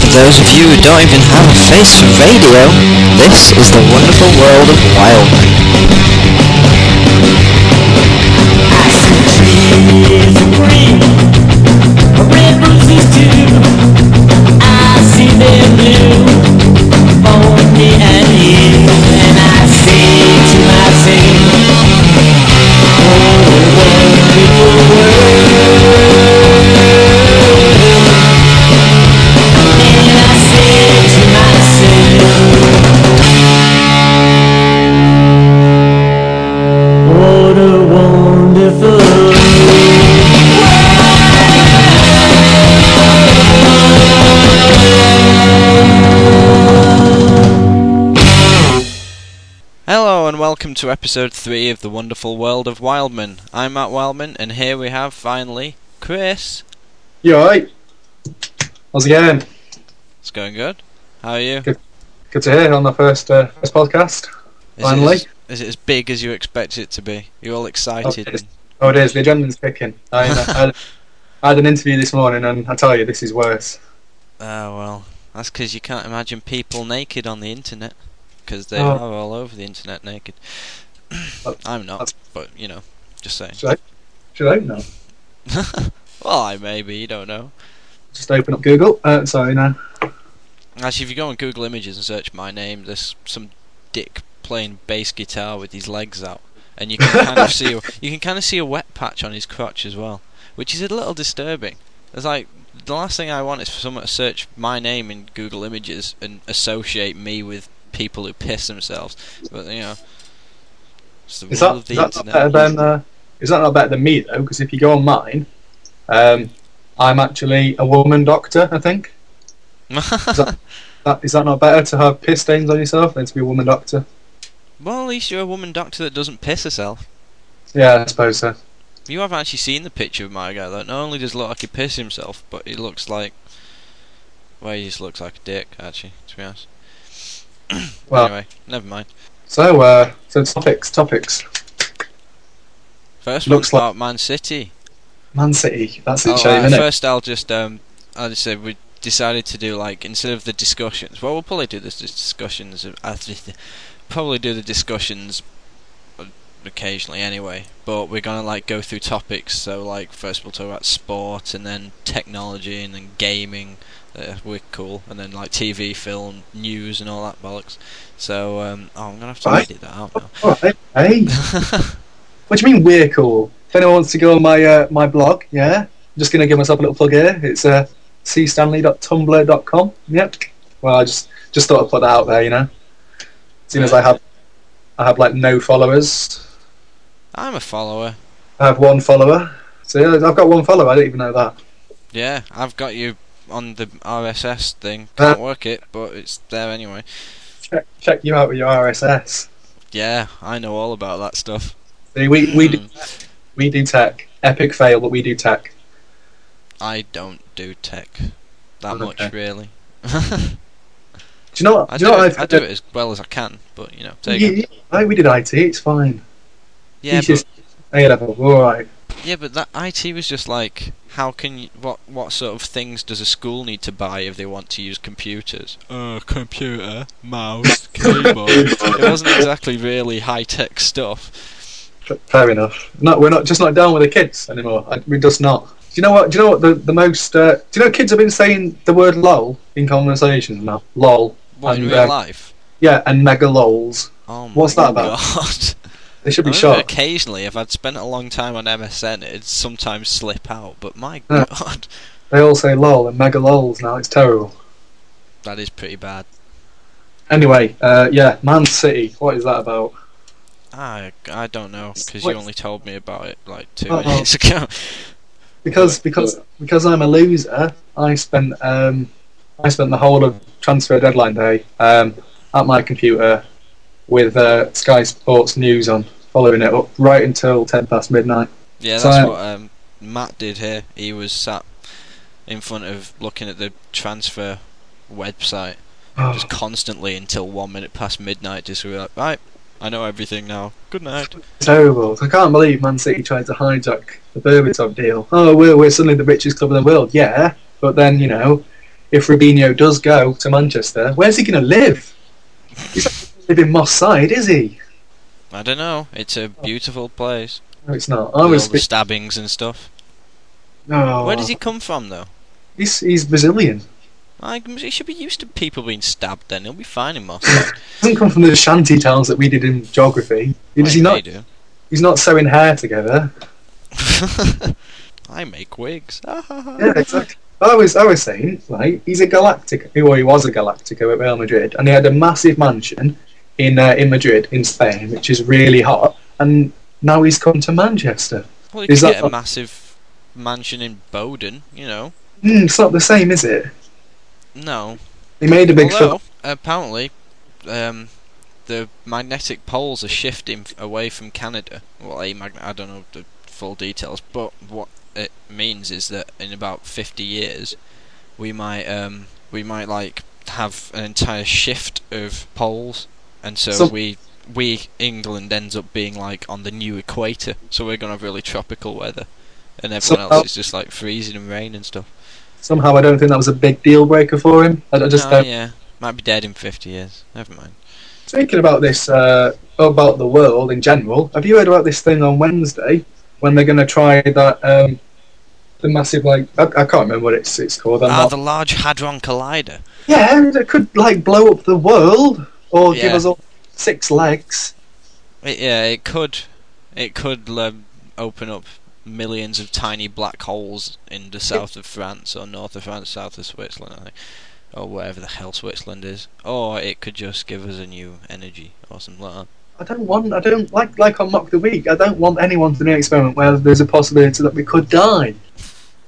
For those of you who don't even have a face for radio, this is the wonderful world of Wildman. Hello and welcome to episode 3 of The Wonderful World of Wildman. I'm Matt Wildman and here we have finally Chris. You alright? How's it going? It's going good. How are you? Good. Good to hear on the first uh, first podcast. Is Finally. It as, is it as big as you expect it to be? You're all excited. Oh, it is. Oh, it is. The adrenaline's kicking. I, I, had, I had an interview this morning, and I tell you, this is worse. Oh well, that's because you can't imagine people naked on the internet because they Oh. are all over the internet naked. I'm not, that's- but you know, just saying. Should I? Should I open up? well, I maybe you don't know. Just open up Google. Uh, sorry, no. Actually, if you go on Google Images and search my name, there's some dick playing bass guitar with his legs out, and you can kind of see a, you can kind of see a wet patch on his crotch as well, which is a little disturbing. It's like the last thing I want is for someone to search my name in Google Images and associate me with people who piss themselves. But you know, it's the Is world that, of is the that not internet. better than? Uh, is that not better than me though? Because if you go on mine, um, I'm actually a woman doctor. I think. uh, That, is that not better to have piss stains on yourself than to be a woman doctor? well, at least you're a woman doctor that doesn't piss herself. Yeah, I suppose so. You haven't actually seen the picture of my guy though. Not only does it look like he pissed himself, but he looks like well, he just looks like a dick, actually, to be honest. Well, anyway, never mind. so uh, so topics, topics. First looks one's like- about Man City. Man City. That's a Oh, shame, uh, isn't it? first I'll just um I'll just say we decided to do like instead of the discussions well we'll probably do this dis- discussions I th- probably do the discussions occasionally anyway but we're gonna like go through topics so like first we'll talk about sport and then technology and then gaming uh, we're cool and then like TV film news and all that bollocks so um oh, I'm gonna have to Right. edit that out now Alright, hey. What do you mean we're cool? If anyone wants to go on my uh, my blog, yeah, I'm just gonna give myself a little plug here. It's uh, cstanley.tumblr.com. Yep. Well, I just just thought I'd put that out there, you know. Seeing as I have, I have like no followers. I'm a follower I have one follower. So yeah, I've got one follower. I didn't even know that. Yeah, I've got you on the RSS thing. Uh, Can't work it, but it's there anyway. Check, check you out with your RSS. Yeah, I know all about that stuff. See, we we Hmm. do, we do tech. Epic fail, but we do tech. I don't do tech that Okay. much, really. Do you know what? I do do, you know it, what I do it as well as I can, but you know, take Yeah, it. yeah, right, we did IT. It's fine. Yeah, It's but, A level. All right. yeah, but that IT was just like, how can you, what what sort of things does a school need to buy if they want to use computers? Uh, computer, mouse, keyboard. it wasn't exactly really high tech stuff. Fair enough. No, we're not just not down with the kids anymore. I, we just not. Do you know what? Do you know what the the most? Uh, do you know kids have been saying the word lol in conversations now? Lol. What in And, real uh, life? Yeah, and mega lols. Oh my what's that about? God. They should I be remember shot. Occasionally, if I'd spent a long time on MSN, it'd sometimes slip out. But my Yeah. god, They all say lol and mega lols now. It's terrible. that is pretty bad. Anyway, uh, yeah, Man City. What is that about? I I don't know because you What- only told me about it like 2 Uh-oh. minutes ago. Because because because I'm a loser. I spent um, I spent the whole of transfer deadline day um, at my computer with uh, Sky Sports News on, following it up right until ten past midnight. Yeah, So that's I- what um, Matt did here. He was sat in front of looking at the transfer website Oh, just constantly until one minute past midnight. Just we were like, right, I know everything now. Good night. terrible. I can't believe Man City tried to hijack the Berbatov deal. Oh, we're, we're suddenly the richest club in the world. Yeah, But then, you know, if Rubinho does go to Manchester, where's he going to live? He's not going to live in Moss Side, is he? I don't know. It's a beautiful place. No, it's not. Oh. I With was oh. all the thinking, stabbings and stuff. no. Where does he come from, though? He's, he's Brazilian. Like, he should be used to people being stabbed. Then he'll be fine in Moss. Side. He doesn't come from the shanty towns that we did in geography. Is he Like not? they do. He's not sewing hair together. I make wigs. Ah, ha, ha. Yeah, exactly. I was, I was saying, like, he's a Galactico. Well, he was a Galactico at Real Madrid, and he had a massive mansion in uh, in Madrid, in Spain, which is really hot. And now he's come to Manchester. Well, you Is could that get a not- massive mansion in Bowden, you know. Mm, it's not the same, is it? No. They made a big Although, apparently, um, the magnetic poles are shifting f- away from Canada. Well, a mag- I don't know the full details, but what it means is that in about 50 years, we might, um, we might like have an entire shift of poles, and so, So- we. We England ends up being like on the new equator, so we're gonna have really tropical weather, and everyone Somehow- else is just like freezing and rain and stuff. Somehow, I don't think that was a big deal breaker for him. I, I just Ah, don't. yeah, might be dead in 50 years. Never mind. Thinking about this, uh, about the world in general, have you heard about this thing on Wednesday when they're going to try that um, the massive like I, I can't remember what it's it's called. I'm Ah, not- the Large Hadron Collider. Yeah, it could like blow up the world or give Yeah. us all six legs. It, yeah, it could, it could um, open up millions of tiny black holes in the south of France or north of France, south of Switzerland, I think, or wherever the hell Switzerland is. Or it could just give us a new energy or something like that. I don't want. I don't like like on mock the week. I don't want anyone to do an experiment where there's a possibility that we could die.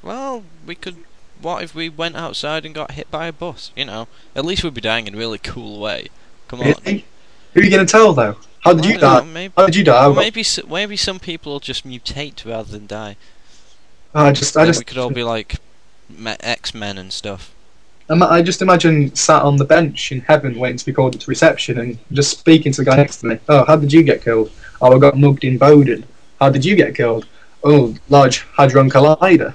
Well, we could. What if we went outside and got hit by a bus? You know, at least we'd be dying in a really cool way. Come on. Really? Who are you going to tell though? How did I you don't know, die? maybe- How did you die? Well, I got- maybe s- maybe some people will just mutate rather than die. I just, I Then just, we could all be like X Men and stuff. I'm- I just imagine sat on the bench in heaven waiting to be called to reception and just speaking to the guy next to me. Oh, how did you get killed? Oh, I got mugged in Bowden. How did you get killed? Oh, Large Hadron Collider.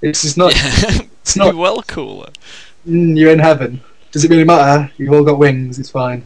It's just not. It's not be well cooler. Mm, you're in heaven. Does it really matter? You've all got wings. It's fine.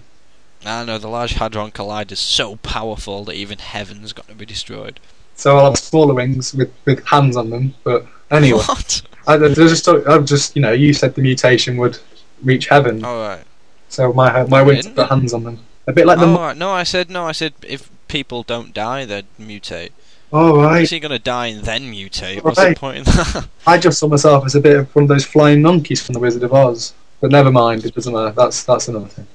I know the Large Hadron Collider is so powerful that even heaven's got to be destroyed. So I'll have smaller wings with, with hands on them. But anyway, What? I, I just thought- I just you know you said the mutation would reach heaven. All right. So my my wings have Didn't got hands on them. A bit like the. All mo- right. Oh, No, I said no. I said if people don't die, they'd mutate. All Is right. he gonna die and then mutate? What's the Right. point in that? I just saw myself as a bit of one of those flying monkeys from the Wizard of Oz. But never mind. It doesn't matter. That's that's another thing.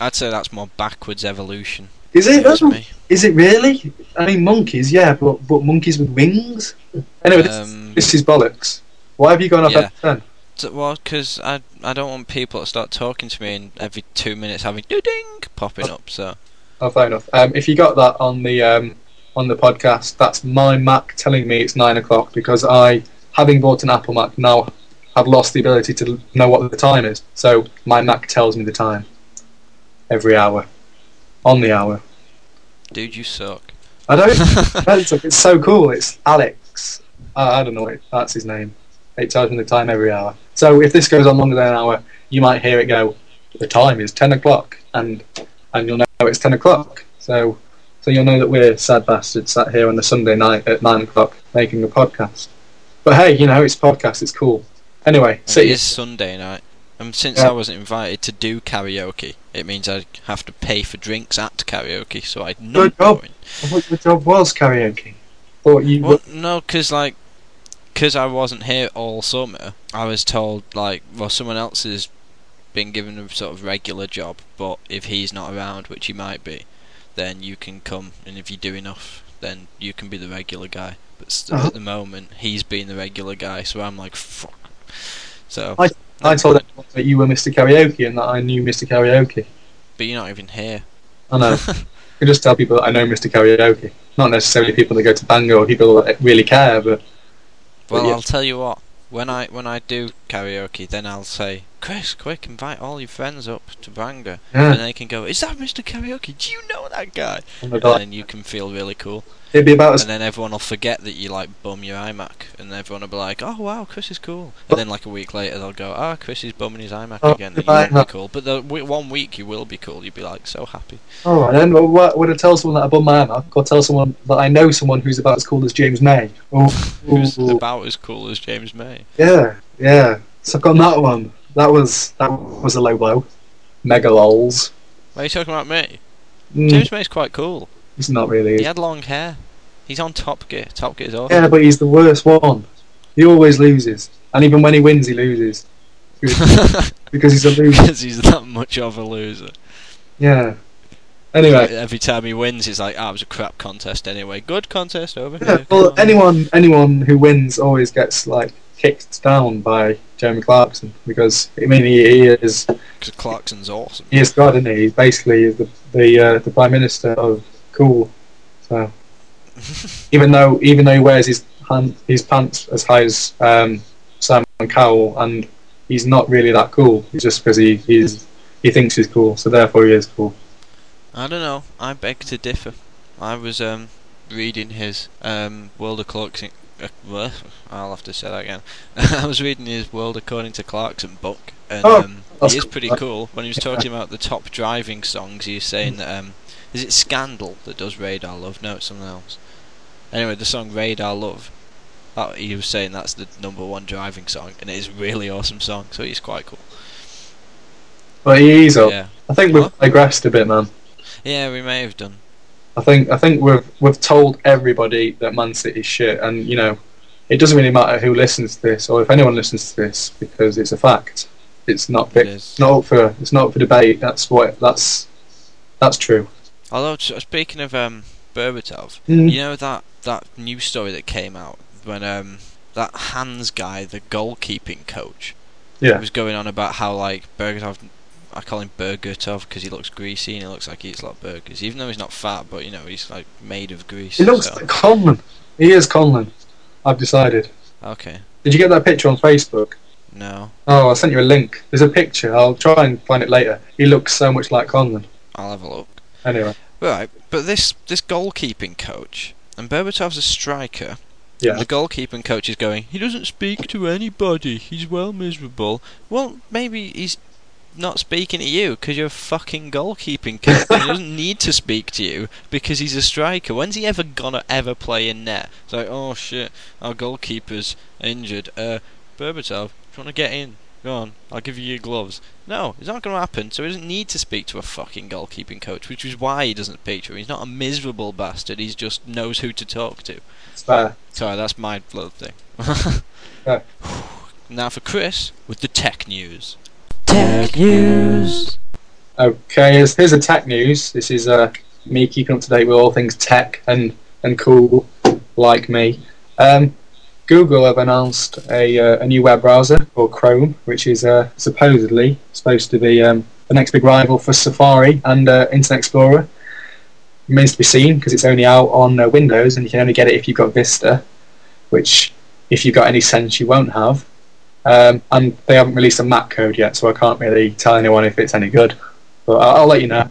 I'd say that's more backwards evolution. Is it? Excuse though? me. Is it really? I mean, monkeys. Yeah, but but monkeys with wings. Anyway, this, Um, this is bollocks. Why have you gone off Yeah. then? So, well, because I I don't want people to start talking to me and every two minutes having doo ding popping up. So Oh, fair enough. Um, if you got that on the um, on the podcast, that's my Mac telling me it's nine o'clock because I, having bought an Apple Mac, now have lost the ability to know what the time is. So my Mac tells me the time every hour, on the hour. dude, you suck. I don't. that's, it's so cool. It's Alex. Uh, I don't know. What, that's his name. It tells me the time every hour. So if this goes on longer than an hour, you might hear it go. The time is ten o'clock, and and you'll know it's ten o'clock. So so you'll know that we're sad bastards sat here on a Sunday night at nine o'clock making a podcast. But hey, you know it's podcast. It's cool. Anyway, So it see. is Sunday night, and since Yeah. I wasn't invited to do karaoke, it means I have to pay for drinks at karaoke. So I know. Good job. I thought your job was karaoke. Thought you. Well, no, because like, because I wasn't here all summer. I was told like, well, someone else has been given a sort of regular job, but if he's not around, which he might be, then you can come, and if you do enough, then you can be the regular guy. But st- Uh-huh. at the moment, he's been the regular guy, so I'm like, fuck. So I told everyone that you were Mr. Karaoke and that I knew Mr. Karaoke. but you're not even here. I know. I can just tell people that I know Mr. Karaoke. Not necessarily people that go to Bango or people that really care, but But Well, yeah. I'll tell you what. When I when I do karaoke, then I'll say, "Chris, quick, invite all your friends up to Bangor," yeah. and they can go, "Is that Mr. Karaoke? Do you know that guy. And And they'd be like- then you can feel really cool. It'd be about as And then everyone will forget that you like bum your iMac, and everyone will be like, "Oh wow, Chris is cool." And But- then like a week later, they'll go, "Ah, Chris is bumming his iMac Oh, again." That you my won't be iMac. cool, but the w- one week you will be cool. You'll be like so happy. All right, Oh, then. Well, what, would I tell someone that I bum my iMac, or tell someone that I know someone who's about as cool as James May? Oh, Who's about as cool as James May? yeah, yeah. So I've got that one. That was that was a low blow. Mega lols. Why are you talking about me? Mm, James May's quite cool. He's not really. He Yeah. had long hair. He's on Top Gear. Top Gear's awesome. but he's the worst one. He always loses, and even when he wins, he loses because he's a loser. Because he's that much of a loser. Yeah. Anyway. Every time he wins, it's like, ah, it was a crap contest anyway. Good contest over Yeah. here. come Well, on." anyone anyone who wins always gets like kicked down by Jeremy Clarkson because I mean he, he is 'Cause Clarkson's awesome. He is God, isn't he? He's basically the the uh, the Prime Minister of cool. So even though even though he wears his hand, his pants as high as um, Simon Cowell, and he's not really that cool. It's just because he he's, he thinks he's cool, so therefore he is cool. I don't know. I beg to differ. I was um, reading his um, World of Clarkson. Uh, well, I'll have to say that again. I was reading his World According to Clarkson book, and Oh, um, that's he is cool. pretty cool. When he was talking about the top driving songs, he was saying that um, is it Scandal that does Radar Love? No, it's something else. Anyway, the song Radar Love. That, he was saying that's the number one driving song, and it is a really awesome song. So he's quite cool. But he is up. Yeah, I think we've digressed a bit, man. yeah, we may have done. I think I think we've we've told everybody that Man City's shit, and you know, it doesn't really matter who listens to this or if anyone listens to this because it's a fact. It's not It big, is. it's not up for it's not up for debate. That's what that's that's true. Although t- speaking of um, Berbatov, Mm. you know that that news story that came out when um, that Hans guy, the goalkeeping coach, Yeah. was going on about how like Berbatov, I call him Bergatov because he looks greasy and he looks like he eats a lot of burgers, even though he's not fat, but you know he's like made of grease. He looks so- like Conlon. He is Conlon. I've decided. okay. Did you get that picture on Facebook? No, Oh, I sent you a link. There's a picture. I'll try and find it later. He looks so much like Conlon. I'll have a look. Anyway, Right, but this this goalkeeping coach and Berbatov's a striker. yeah. The goalkeeping coach is going, he doesn't speak to anybody. He's well miserable. Well, maybe he's not speaking to you because you're a fucking goalkeeping coach. he doesn't need to speak to you because he's a striker. When's he ever gonna ever play in net? It's like, oh shit, our goalkeeper's injured. Uh, Berbatov, do you want to get in? Go on, I'll give you your gloves. No, it's not going to happen. So he doesn't need to speak to a fucking goalkeeping coach, which is why he doesn't speak to him. He's not a miserable bastard. He just knows who to talk to. It's fair. Sorry, that's my little thing. Yeah. Now for Chris with the tech news. Tech News. Okay, here's, here's the tech news. This is uh, me keeping up to date with all things tech and, and cool, like me. Um, Google have announced a, uh, a new web browser called Chrome, which is uh, supposedly supposed to be um, the next big rival for Safari and uh, Internet Explorer. Remains to be seen because it's only out on uh, Windows and you can only get it if you've got Vista, which, if you've got any sense, you won't have. Um, and they haven't released a Mac code yet, so I can't really tell anyone if it's any good but I'll, I'll let you know.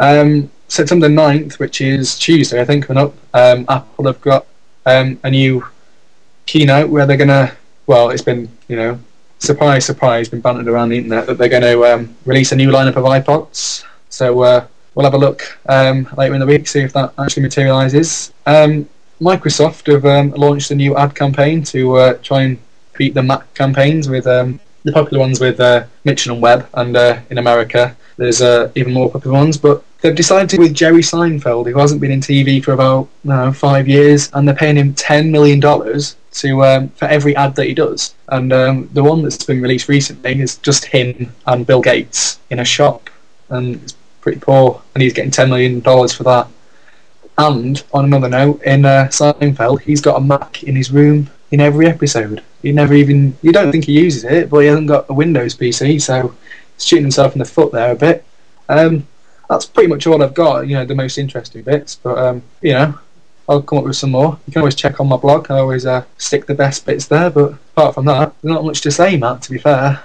Um, September 9th, which is Tuesday, I think, coming up, um, Apple have got um, a new keynote where they're going to, well, it's been, you know, surprise, surprise, been bantered around the internet that they're going to um, release a new lineup of iPods. So uh, we'll have a look um, later in the week, see if that actually materialises. Um, Microsoft have um, launched a new ad campaign to uh, try and beat the Mac campaigns with um, the popular ones with uh, Mitchell and Webb, and uh, in America there's uh, even more popular ones. But they've decided with Jerry Seinfeld, who hasn't been in TV for about no five years, and they're paying him ten million dollars to um, for every ad that he does. And um, the one that's been released recently is just him and Bill Gates in a shop, and it's pretty poor. And he's getting ten million dollars for that. And on another note, in uh, Seinfeld, he's got a Mac in his room in every episode. He never even you don't think he uses it, but he hasn't got a Windows PC, so he's shooting himself in the foot there a bit. Um, that's pretty much all I've got. You know, the most interesting bits, but um, you know, I'll come up with some more. You can always check on my blog. I always uh, stick the best bits there, but apart from that, there's not much to say, Matt. To be fair,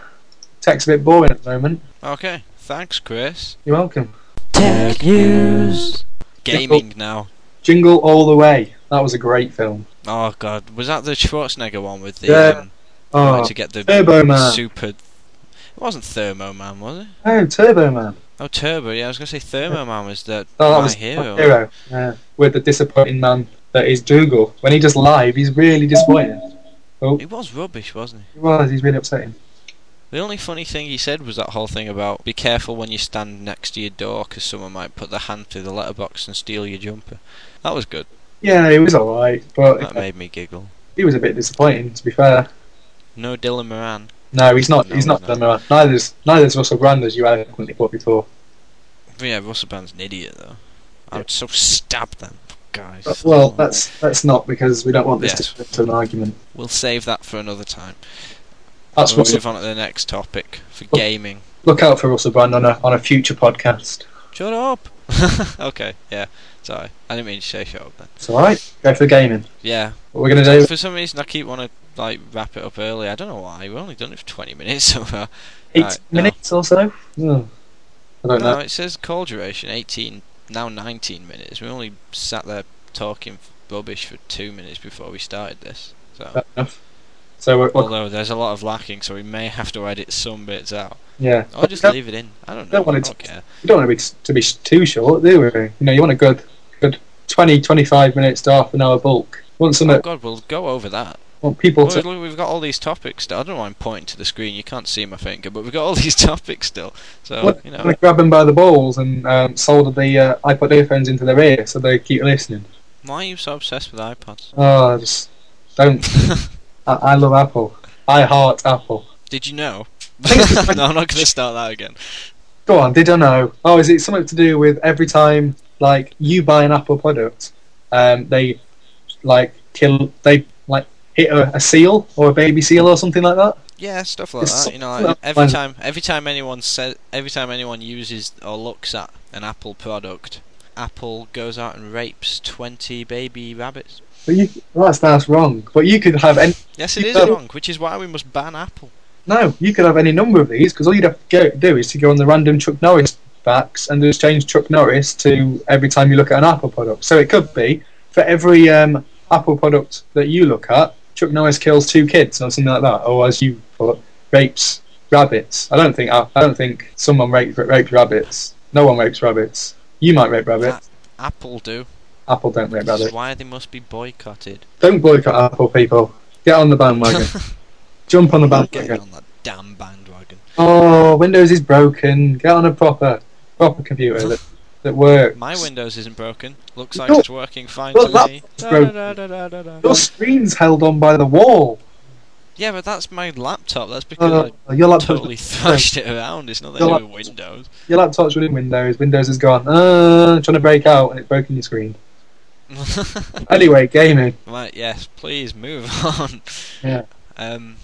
tech's a bit boring at the moment. Okay, thanks, Chris. You're welcome. Tech News. Gaming now. Jingle All the Way. That was a great film. Oh god, was that the Schwarzenegger one with the Yeah. um, Oh, to get the Turbo Man. super? It wasn't Thermo Man, was it? oh Turbo Man. Oh, Turbo. Yeah, I was gonna say Thermo Man was the Oh, that my was hero. my hero. Yeah. With the disappointing man that is Dougal. When he does live, he's really disappointing. He was rubbish, wasn't he? He was. He's really upsetting. The only funny thing he said was that whole thing about be careful when you stand next to your door 'cause someone might put their hand through the letterbox and steal your jumper. That was good. Yeah, he was alright, but That made me giggle. he was a bit disappointing. To be fair, No Dylan Moran. no, he's not. No, he's not no. done well. Neither is neither is Russell Brand, as you eloquently put before. But yeah, Russell Brand's an idiot though. I Yeah. would so stab them guys. But, well, that's that's not because we don't want this Yes. to turn into an argument. We'll save that for another time. That's we'll Russell, move on to the next topic for Oh. gaming. look out for Russell Brand on a on a future podcast. Shut up. okay, yeah. Sorry, I didn't mean to say shut up then. It's alright. Go for gaming. Yeah. What we're gonna do? For some reason, I keep wanting to like wrap it up early. I don't know why. We've only done it for 20 minutes so far. Eight Right, no. minutes or so. Oh, I don't No, know. it says call duration 18, now 19 minutes. We only sat there talking rubbish for two minutes before we started this. So, Fair enough. So we're, we're, although there's a lot of lacking, so we may have to edit some bits out, yeah, or just But leave it in. I don't know. Don't want I it don't to- care. you don't want to be to be sh- too short, do we? You know, you want a good good 20, 25 minutes to half an hour bulk. Want some Oh that God, we'll go over that. want people Well, to look, we've got all these topics still. I don't know why I'm pointing to the screen. You can't see my finger, but we've got all these topics still. So What- you I'm know, gonna grab them by the balls and um, solder the uh, iPod earphones into their ear so they keep listening. why are you so obsessed with iPods? Oh, I just don't. I, I love Apple. I heart Apple. Did you know? no, I'm not going to start that again. Go on, did I know? Oh, is it something to do with every time like you buy an Apple product, um, they like kill they like hit a, a seal or a baby seal or something like that? Yeah, stuff like It's that. You know, something like that every finds- time, every time anyone says, every time anyone uses or looks at an Apple product, Apple goes out and rapes twenty baby rabbits. But you, that's that's wrong. But you could have any Yes, it You is don't- wrong, which is why we must ban Apple. no, you could have any number of these because all you'd have to go, do is to go on the random Chuck Norris facts and just change Chuck Norris to every time you look at an Apple product. So it could be for every um, Apple product that you look at, Chuck Norris kills two kids or something like that, or as you put, rapes rabbits. I don't think I, I don't think someone raped, raped rabbits. No one rapes rabbits. You might rape rabbits. Apple do. Apple don't rape This is rabbits. why they must be boycotted. Don't boycott Apple people. Get on the bandwagon. Jump on the Get bandwagon. on that damn bandwagon. Oh, Windows is broken. Get on a proper, proper computer that, that works. My Windows isn't broken. Looks like No. it's working fine Well, to me. that's broken. Da, da, da, da, da, da. Your screen's held on by the wall. Yeah, but that's my laptop. That's because Uh, I your laptop, totally thrashed it around. It's nothing Your to do with Windows. your laptop's within Windows. Windows has gone. Uh, trying to break out, and it's broken your screen. Anyway, gaming. Right, yes, please move on. Yeah. Um,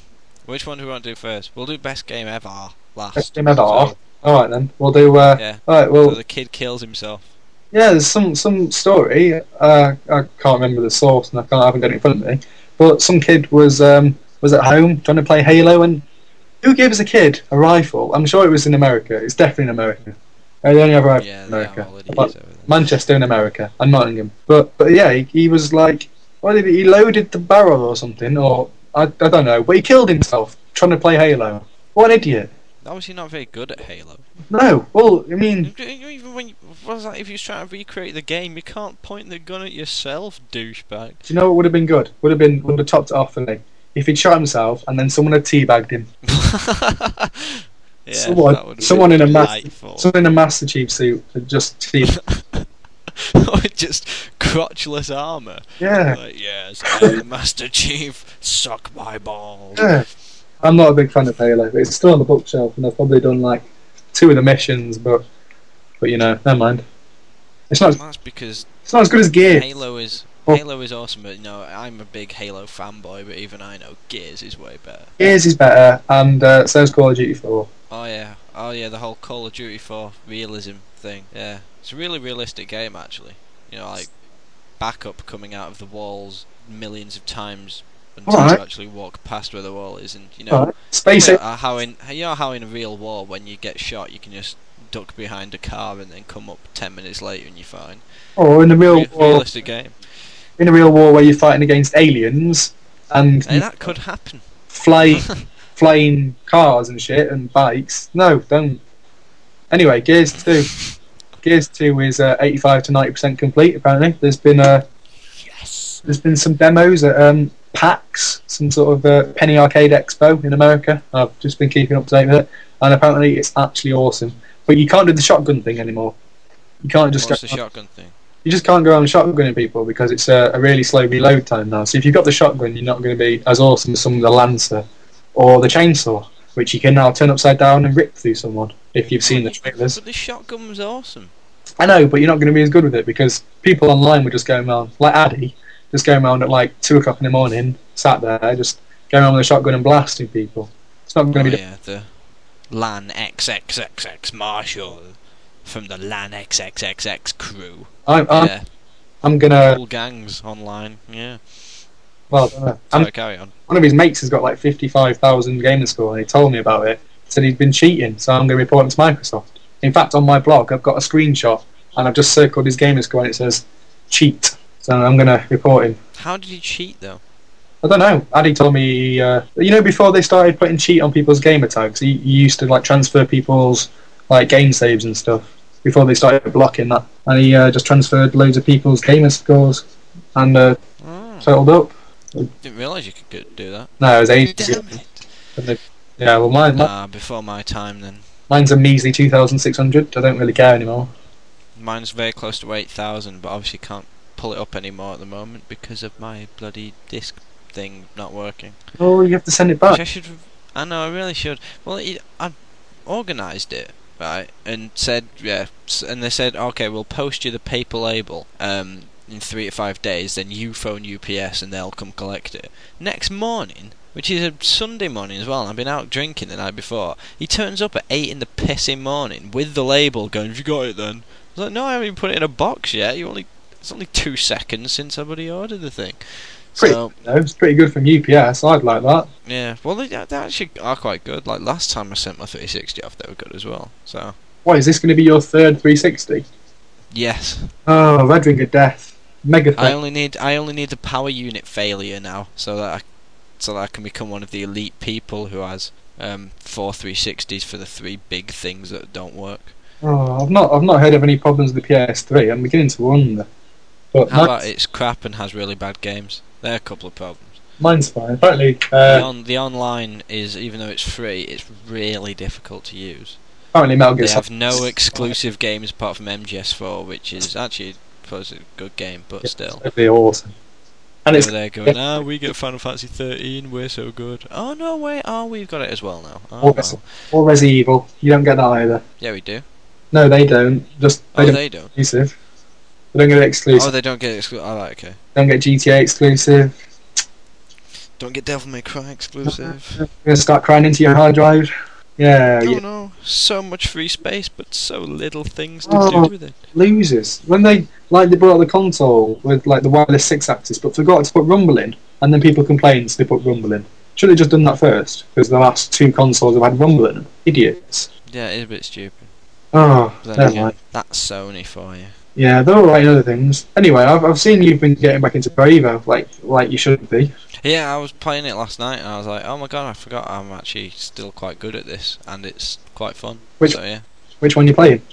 which one do we want to do first? We'll do best game ever last. Best game ever. So, All right then. We'll do. Uh, yeah. All right. So Well, the kid kills himself. Yeah, there's some some story. Uh, I can't remember the source, and I can't I haven't got it in front of me. But some kid was um, was at home trying to play Halo, and who gives a kid a rifle? I'm sure it was in America. It's definitely in America. Uh, they only have rifles Yeah, in they are America. all Like, idiots over there. Manchester in America and Nottingham. But but yeah, he, he was like, what did he, he loaded the barrel or something, or I, I don't know. But he killed himself trying to play Halo. What an idiot! Obviously not very good at Halo. No, well, I mean, Even when you, what was that? If you're trying to recreate the game, you can't point the gun at yourself, douchebag. Do you know what would have been good? Would have been would have topped it off for me if he'd shot himself and then someone had teabagged him. yeah, Someone- that would've someone been in a mask- delightful. Someone in a Master Chief suit had just teabagged. With just crotchless armor. yeah, Like, yes, I'm Master Chief. Suck my balls. yeah. I'm not a big fan of Halo. but It's still on the bookshelf, and I've probably done like two of the missions, but but you know, never mind. It's not That's because it's not as good as Gears. Halo is Oh. Halo is awesome. But no, I'm a big Halo fanboy, but even I know Gears is way better. Gears is better, and uh, so is Call of Duty 4. Oh yeah, oh yeah, the whole Call of Duty 4 realism thing. Yeah, it's a really realistic game actually. You know, like backup coming out of the walls millions of times until Alright. you actually walk past where the wall is, and you know, Alright. Space you yeah. know, uh, how in you know how in a real war when you get shot you can just duck behind a car and then come up ten minutes later and you're fine. Or in the real Real, war, realistic game, in a real war where you're fighting against aliens and and that could happen. fly, flying cars and shit and bikes. No, don't. Anyway, Gears Two. Gears Two is uh, 85 to 90 percent complete. Apparently, there's been uh, Yes. there's been some demos at um, PAX, some sort of uh, Penny Arcade Expo in America. I've just been keeping up to date with it, and apparently it's actually awesome. But you can't do the shotgun thing anymore. You can't just What's go, the shotgun thing? you just can't go on shotgunning people because it's a, a really slow reload time now. So if you've got the shotgun, you're not going to be as awesome as some of the lancer or the chainsaw, which you can now turn upside down and rip through someone if you've seen the trailers. But the shotgun was awesome. I know, but you're not going to be as good with it because people online were just going around, like Addy, just going around at like two o'clock in the morning, sat there, just going around with a shotgun and blasting people. It's not Oh, going to be. yeah, the LAN XXXX Marshall from the LAN XXXX crew. I'm, I'm, Oh, yeah, I'm gonna. all gangs online. Yeah, Well, I don't know. I'm so carry on. one of his mates has got like 55,000 gaming score and he told me about it. Said he's been cheating, so I'm going to report him to Microsoft. In fact, on my blog, I've got a screenshot and I've just circled his gaming score and it says cheat. So I'm going to report him. How did he cheat though? I don't know. Addy told me, uh, you know, before they started putting cheat on people's gamer tags, he, he used to like transfer people's like game saves and stuff before they started blocking that. And he uh, just transferred loads of people's gamer scores and uh, Oh, totaled up. didn't realise you could go- do that. No, it was ages ago. Damn it! Yeah, well, mine, mine- Nah, Ah, before my time then. Mine's a measly 2,600. I don't really care anymore. Mine's very close to eight thousand, but obviously can't pull it up anymore at the moment because of my bloody disc thing not working. Oh, you have to send it Which I back. should. I know. I really should. Well, it, I organised it right and said yeah, s- and they said okay, we'll post you the paper label um in three to five days. Then you phone UPS and they'll come collect it next morning. Which is a Sunday morning as well. and I've been out drinking the night before. He turns up at eight in the pissing morning with the label, going, "Have you got it then?" I was like, "No, I haven't even put it in a box yet. You only it's only two seconds since somebody ordered the thing." Pretty- So No, it's pretty good from UPS. I'd like that. yeah, well, they, they actually are quite good. Like last time I sent my 360 off, they were good as well. So What, is this going to be your third 360? yes, Oh, Red Ring of Death. Mega I thing. only need I only need the power unit failure now, so that I, so that I can become one of the elite people who has um, four 360s for the three big things that don't work. Oh, I've not, I've not heard of any problems with the PS3. I'm beginning to wonder. But How mine, about it's crap and has really bad games? There are a couple of problems. mine's fine. Apparently, the, uh, on, the online is even though it's free, it's really difficult to use. apparently Metal Gear They have Solid. no exclusive games apart from MGS4, which is actually I suppose, a good game, but still. That'd be awesome. And it's over there going, ah, we get Final Fantasy 13, we're so good. Oh, no, wait, oh, we've got it as well now. Oh, all, Res- well. all Resident Evil. You don't get that either. Yeah, we do. No, they don't. Just they Oh, don't they don't. exclusive. They don't get it exclusive. Oh, they don't get exclusive. Oh, right, okay. Don't get GTA exclusive. Don't get Devil May Cry exclusive. You're gonna start crying into your hard drive. Yeah, Oh, you no. So much free space, but so little things to Oh. do with it. losers. When they like they brought out the console with like the wireless six axis, but forgot to put rumble in, and then people complained so they put rumble in. Should have just done that first because the last two consoles have had rumble in. 'em. Idiots. Yeah, it is a bit stupid. Oh, But Then never again, mind. that's Sony for you. Yeah, they're all right in other things. Anyway, I've, I've seen you've been getting back into Bravo, like like you should be. Yeah, I was playing it last night and I was like, oh my god, I forgot I'm actually still quite good at this and it's quite fun. Which- so, yeah. Which one you playing?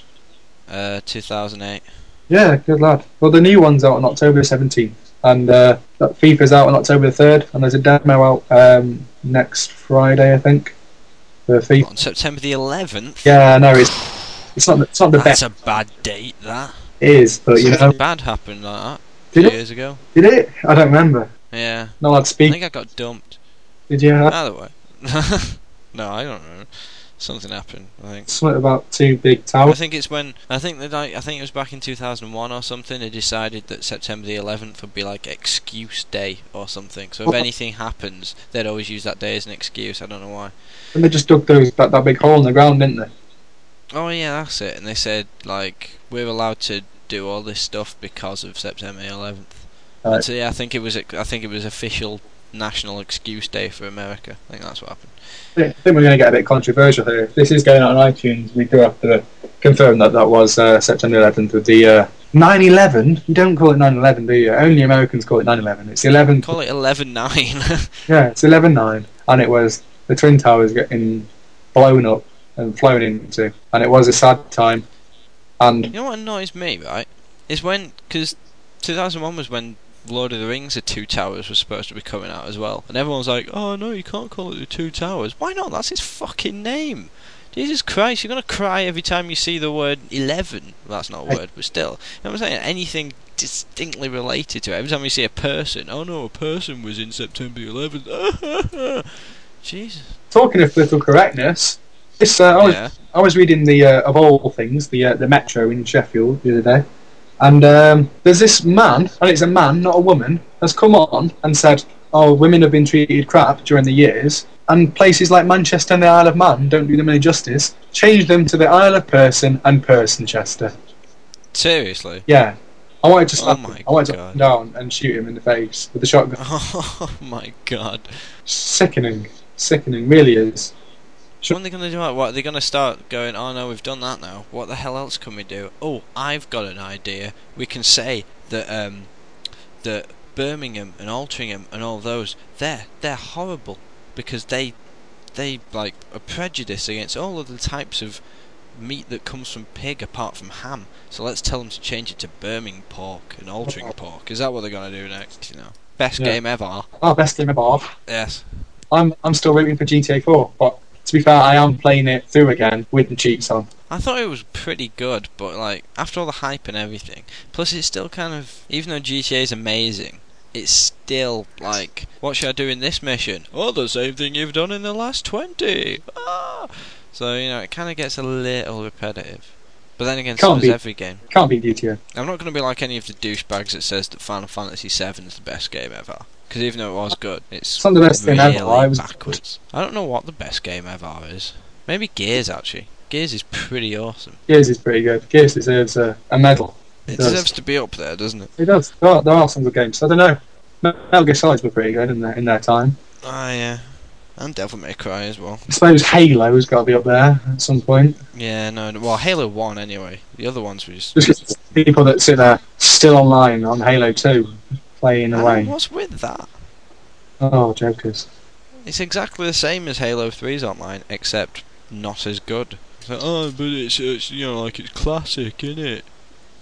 Uh, 2008. Yeah, good lad. Well, the new one's out on October 17th, and uh, that FIFA's out on October 3rd, and there's a demo out um, next Friday, I think, for FIFA. On September the 11th? Yeah, no, it's it's not it's not the That's best a bad date, that. it is, but you know, Something bad happened like that a few did it? years ago. Did it? I don't remember. Yeah, Not allowed to I speak. think I got dumped. Did you? I- Either way, no, I don't know. Something happened. I think. Something about two big I towers. think it's when I think that like, I think it was back in 2001 or something. They decided that September the 11th would be like excuse day or something. So if anything happens, they'd always use that day as an excuse. I don't know why. And they just dug those that, that big hole in the ground, didn't they? Oh yeah, that's it. And they said like we're allowed to do all this stuff because of September the 11th. And Right. so yeah, I think it was I think it was official national excuse day for America. I think that's what happened. I think I think we're going to get a bit controversial here. If this is going out on iTunes, we do have to confirmed that that was uh, September 11th with the uh, 9/11. You don't call it 9/11, do you? Only Americans call it 9/11. It's 11. Call it 11 9. Yeah, it's 11/9, and it was the twin towers getting blown up and flown into, and it was a sad time. you And know what annoys me, right? Is when. Because 2001 was when Lord of the Rings, The Two Towers, was supposed to be coming out as well. And everyone was like, oh no, you can't call it The Two Towers. Why not? That's his fucking name. Jesus Christ, you're going to cry every time you see the word 11. Well, that's not a I- word, but still. You know what I'm saying? Anything distinctly related to it. Every time you see a person, oh no, a person was in September 11th. Jesus. talking of political correctness, this uh, I was Yeah. I was reading the uh, of all things the uh, the Metro in Sheffield the other day, and um, there's this man, and it's a man, not a woman, has come on and said, "Oh, women have been treated crap during the years." And places like Manchester and the Isle of Man don't do them any justice. Change them to the Isle of Person and Personchester. Seriously. Yeah, I wanted to slap Oh him. my I wanted to God. put him down and shoot him in the face with a shotgun. Oh my god. Sickening, sickening, really is. Sure. What are they going to do? about- What are they going to start going? Oh no, we've done that now. What the hell else can we do? Oh, I've got an idea. We can say that um, that Birmingham and Altrincham and all those they're they're horrible because they they like are prejudiced against all of the types of meat that comes from pig apart from ham. So let's tell them to change it to Birmingham pork and Altrincham pork. Is that what they're going to do next? You know, best Oh. Yeah. game ever. Oh, best game above. Yes. I'm I'm still rooting for GTA 4, but to be fair, I am playing it through again with the cheats on. I thought it was pretty good, but like after all the hype and everything, plus it's still kind of even though GTA is amazing, it's still like what should I do in this mission? Oh, the same thing you've done in the last twenty. Ah! So you know it kind of gets a little repetitive. But then again, so Can't does be. every game. Can't beat GTA. I'm not going to be like any of the douchebags that says that Final Fantasy VII is the best game ever. Because even though it was good, it's, It's not the best really thing ever, I was- backwards. I don't know what the best game ever is. Maybe Gears actually. Gears is pretty awesome. Gears is pretty good. Gears deserves a, a medal. It does. deserves to be up there, doesn't it? It does. There are, there are some good games. I don't know. Metal Gear Solids were pretty good in their, in their time. Ah, yeah. And Devil May Cry as well. I suppose Halo's got to be up there at some point. Yeah, no, no- well, Halo 1 anyway. The other ones were just. Just 'cause people that sit there still online on Halo 2 playing I away. mean, what's with that? Oh, jokers. It's exactly the same as Halo 3's online, except not as good. It's like, oh, but it's, it's you know, like it's classic, isn't it?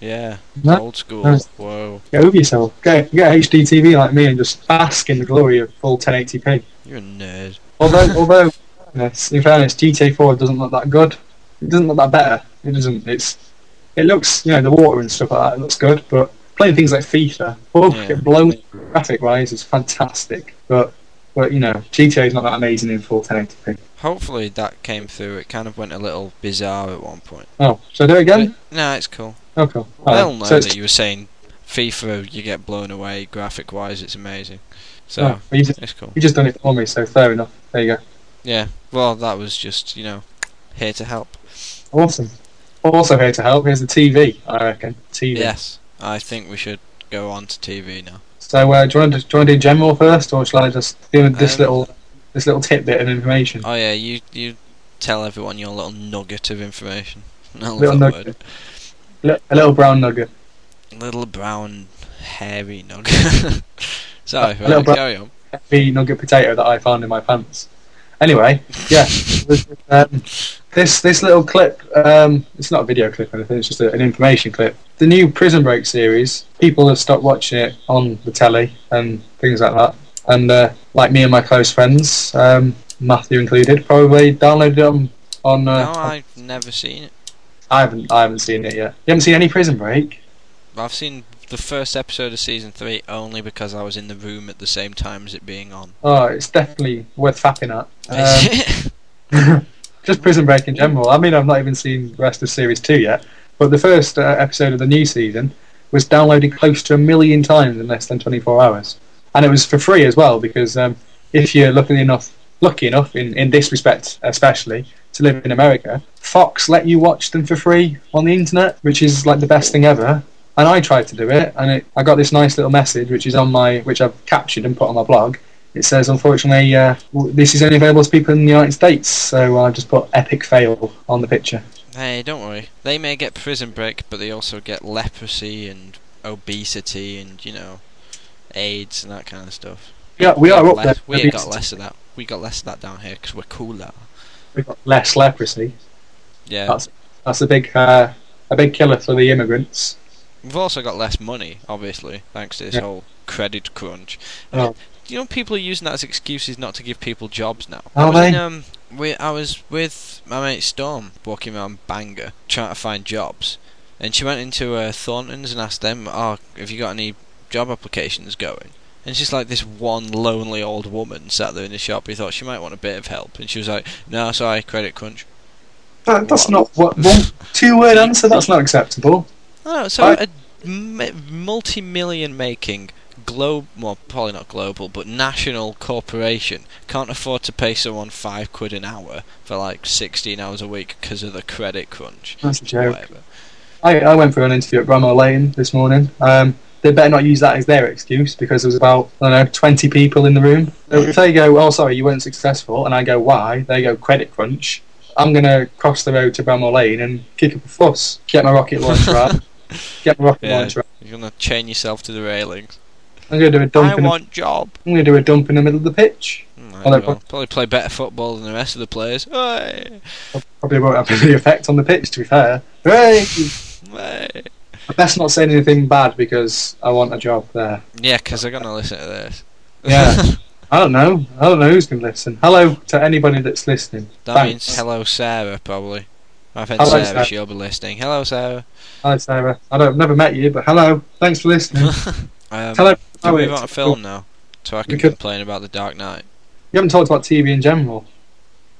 Yeah, it's No, old school. no. Whoa, Get over yourself. Get, get HD TV like me and just bask in the glory of full 1080p. you're a nerd. Although, although, yes, in fairness, GTA 4 doesn't look that good. It doesn't look that better. It doesn't. It's it looks, you know, the water and stuff like that. It looks good, but playing things like FIFA, oh, Yeah. get blown graphic wise is fantastic. But but you know, GTA is not that amazing in full 1080p. Hopefully that came through. It kind of went a little bizarre at one point. Oh, so do it again? No, it's cool. Oh, cool. They'll Alright, know so it's- that you were saying FIFA, you get blown away graphic wise. It's amazing. So oh, well, you just it's cool. you just done it for me, so fair enough. There you go. Yeah. Well, that was just you know here to help. Awesome. Also here to help. Here's the TV. I reckon TV. Yes, I think we should go on to TV now. So uh, do you want to do, you want to do general first, or shall I just do this Um, little this little tidbit of information? Oh yeah, you you tell everyone your little nugget of information. I love Little that nugget. Li- a little brown nugget. word. Little brown hairy nugget. Sorry, A little right, bro- carry on. The nugget potato that I found in my pants. Anyway, yeah, this- um, this this little clip. Um, it's not a video clip or anything. It's just a, an information clip. The new Prison Break series. People have stopped watching it on the telly and things like that. And uh, like me and my close friends, um, Matthew included, probably downloaded it on. on uh, No, I've never seen it. I haven't. I haven't seen it yet. You haven't seen any Prison Break. I've seen the first episode of season three only because I was in the room at the same time as it being on. Oh, it's definitely worth fapping at. Um, just Prison Break in general. I mean, I've not even seen the rest of Series 2 yet, but the first uh, episode of the new season was downloaded close to a million times in less than 24 hours. And it was for free as well, because um, if you're lucky enough, lucky enough in, in this respect especially, to live in America, Fox let you watch them for free on the internet, which is like the best thing ever. And I tried to do it, and it, I got this nice little message, which is on my, which I've captured and put on my blog, it says, unfortunately, uh, w- this is only available to people in the United States, so I just put epic fail on the picture. Hey, don't worry. They may get prison break, but they also get leprosy and obesity and you know, AIDS and that kind of stuff. Yeah, we are got up less- there. We Maybe ain't got it's- less of that. We got less of that down here because we're cooler. We've got less leprosy. Yeah, That's that's a big uh, a big killer for the immigrants. we've also got less money, obviously, thanks to this Yeah. whole credit crunch. Oh. You know, people are using that as excuses not to give people jobs now. Are I was in, they? um, we, I was with my mate Storm walking around Bangor trying to find jobs, and she went into uh, Thornton's and asked them, "Oh, have you got any job applications going?" And she's like this one lonely old woman sat there in the shop who thought she might want a bit of help, and she was like, "No, sorry, credit crunch." That, What? that's not what one two word answer. That's not acceptable. Oh, so I- a m- multi-million making globe, well, probably not global, but national corporation can't afford to pay someone five quid an hour for like 16 hours a week because of the credit crunch. That's a joke. Whatever. I, I went for an interview at Bramall Lane this morning. Um, they better not use that as their excuse because there was about I don't know twenty people in the room. So if they go, "Oh, sorry, you weren't successful," and I go, "Why?" They go, "Credit crunch." I'm gonna cross the road to Bramall Lane and kick up a fuss. Get my rocket launcher out. Get my rocket Yeah. launcher out. You're gonna chain yourself to the railings. I'm gonna do a I dump. In the, want job. Hmm, I'm gonna do a dump in the middle of the pitch. Might Hello, as well. Paul. Probably play better football than the rest of the players. Hey, Probably won't have any effect on the pitch. To be fair, Hooray! hey. I best not say anything bad because I want a job there. Yeah, 'cause they're gonna listen to this. Yeah. I don't know. I don't know who's gonna listen. Hello to anybody that's listening. that Thanks. means hello, Sarah, probably. I've had Hello, Sarah, Sarah. She'll be listening. Hello, Sarah. Hi, Sarah. I don't, I've never met you, but hello. Thanks for listening. Um, Hello. Can Oh, we wait. want a film now? So I can could- complain about The Dark Knight. You haven't talked about TV in general.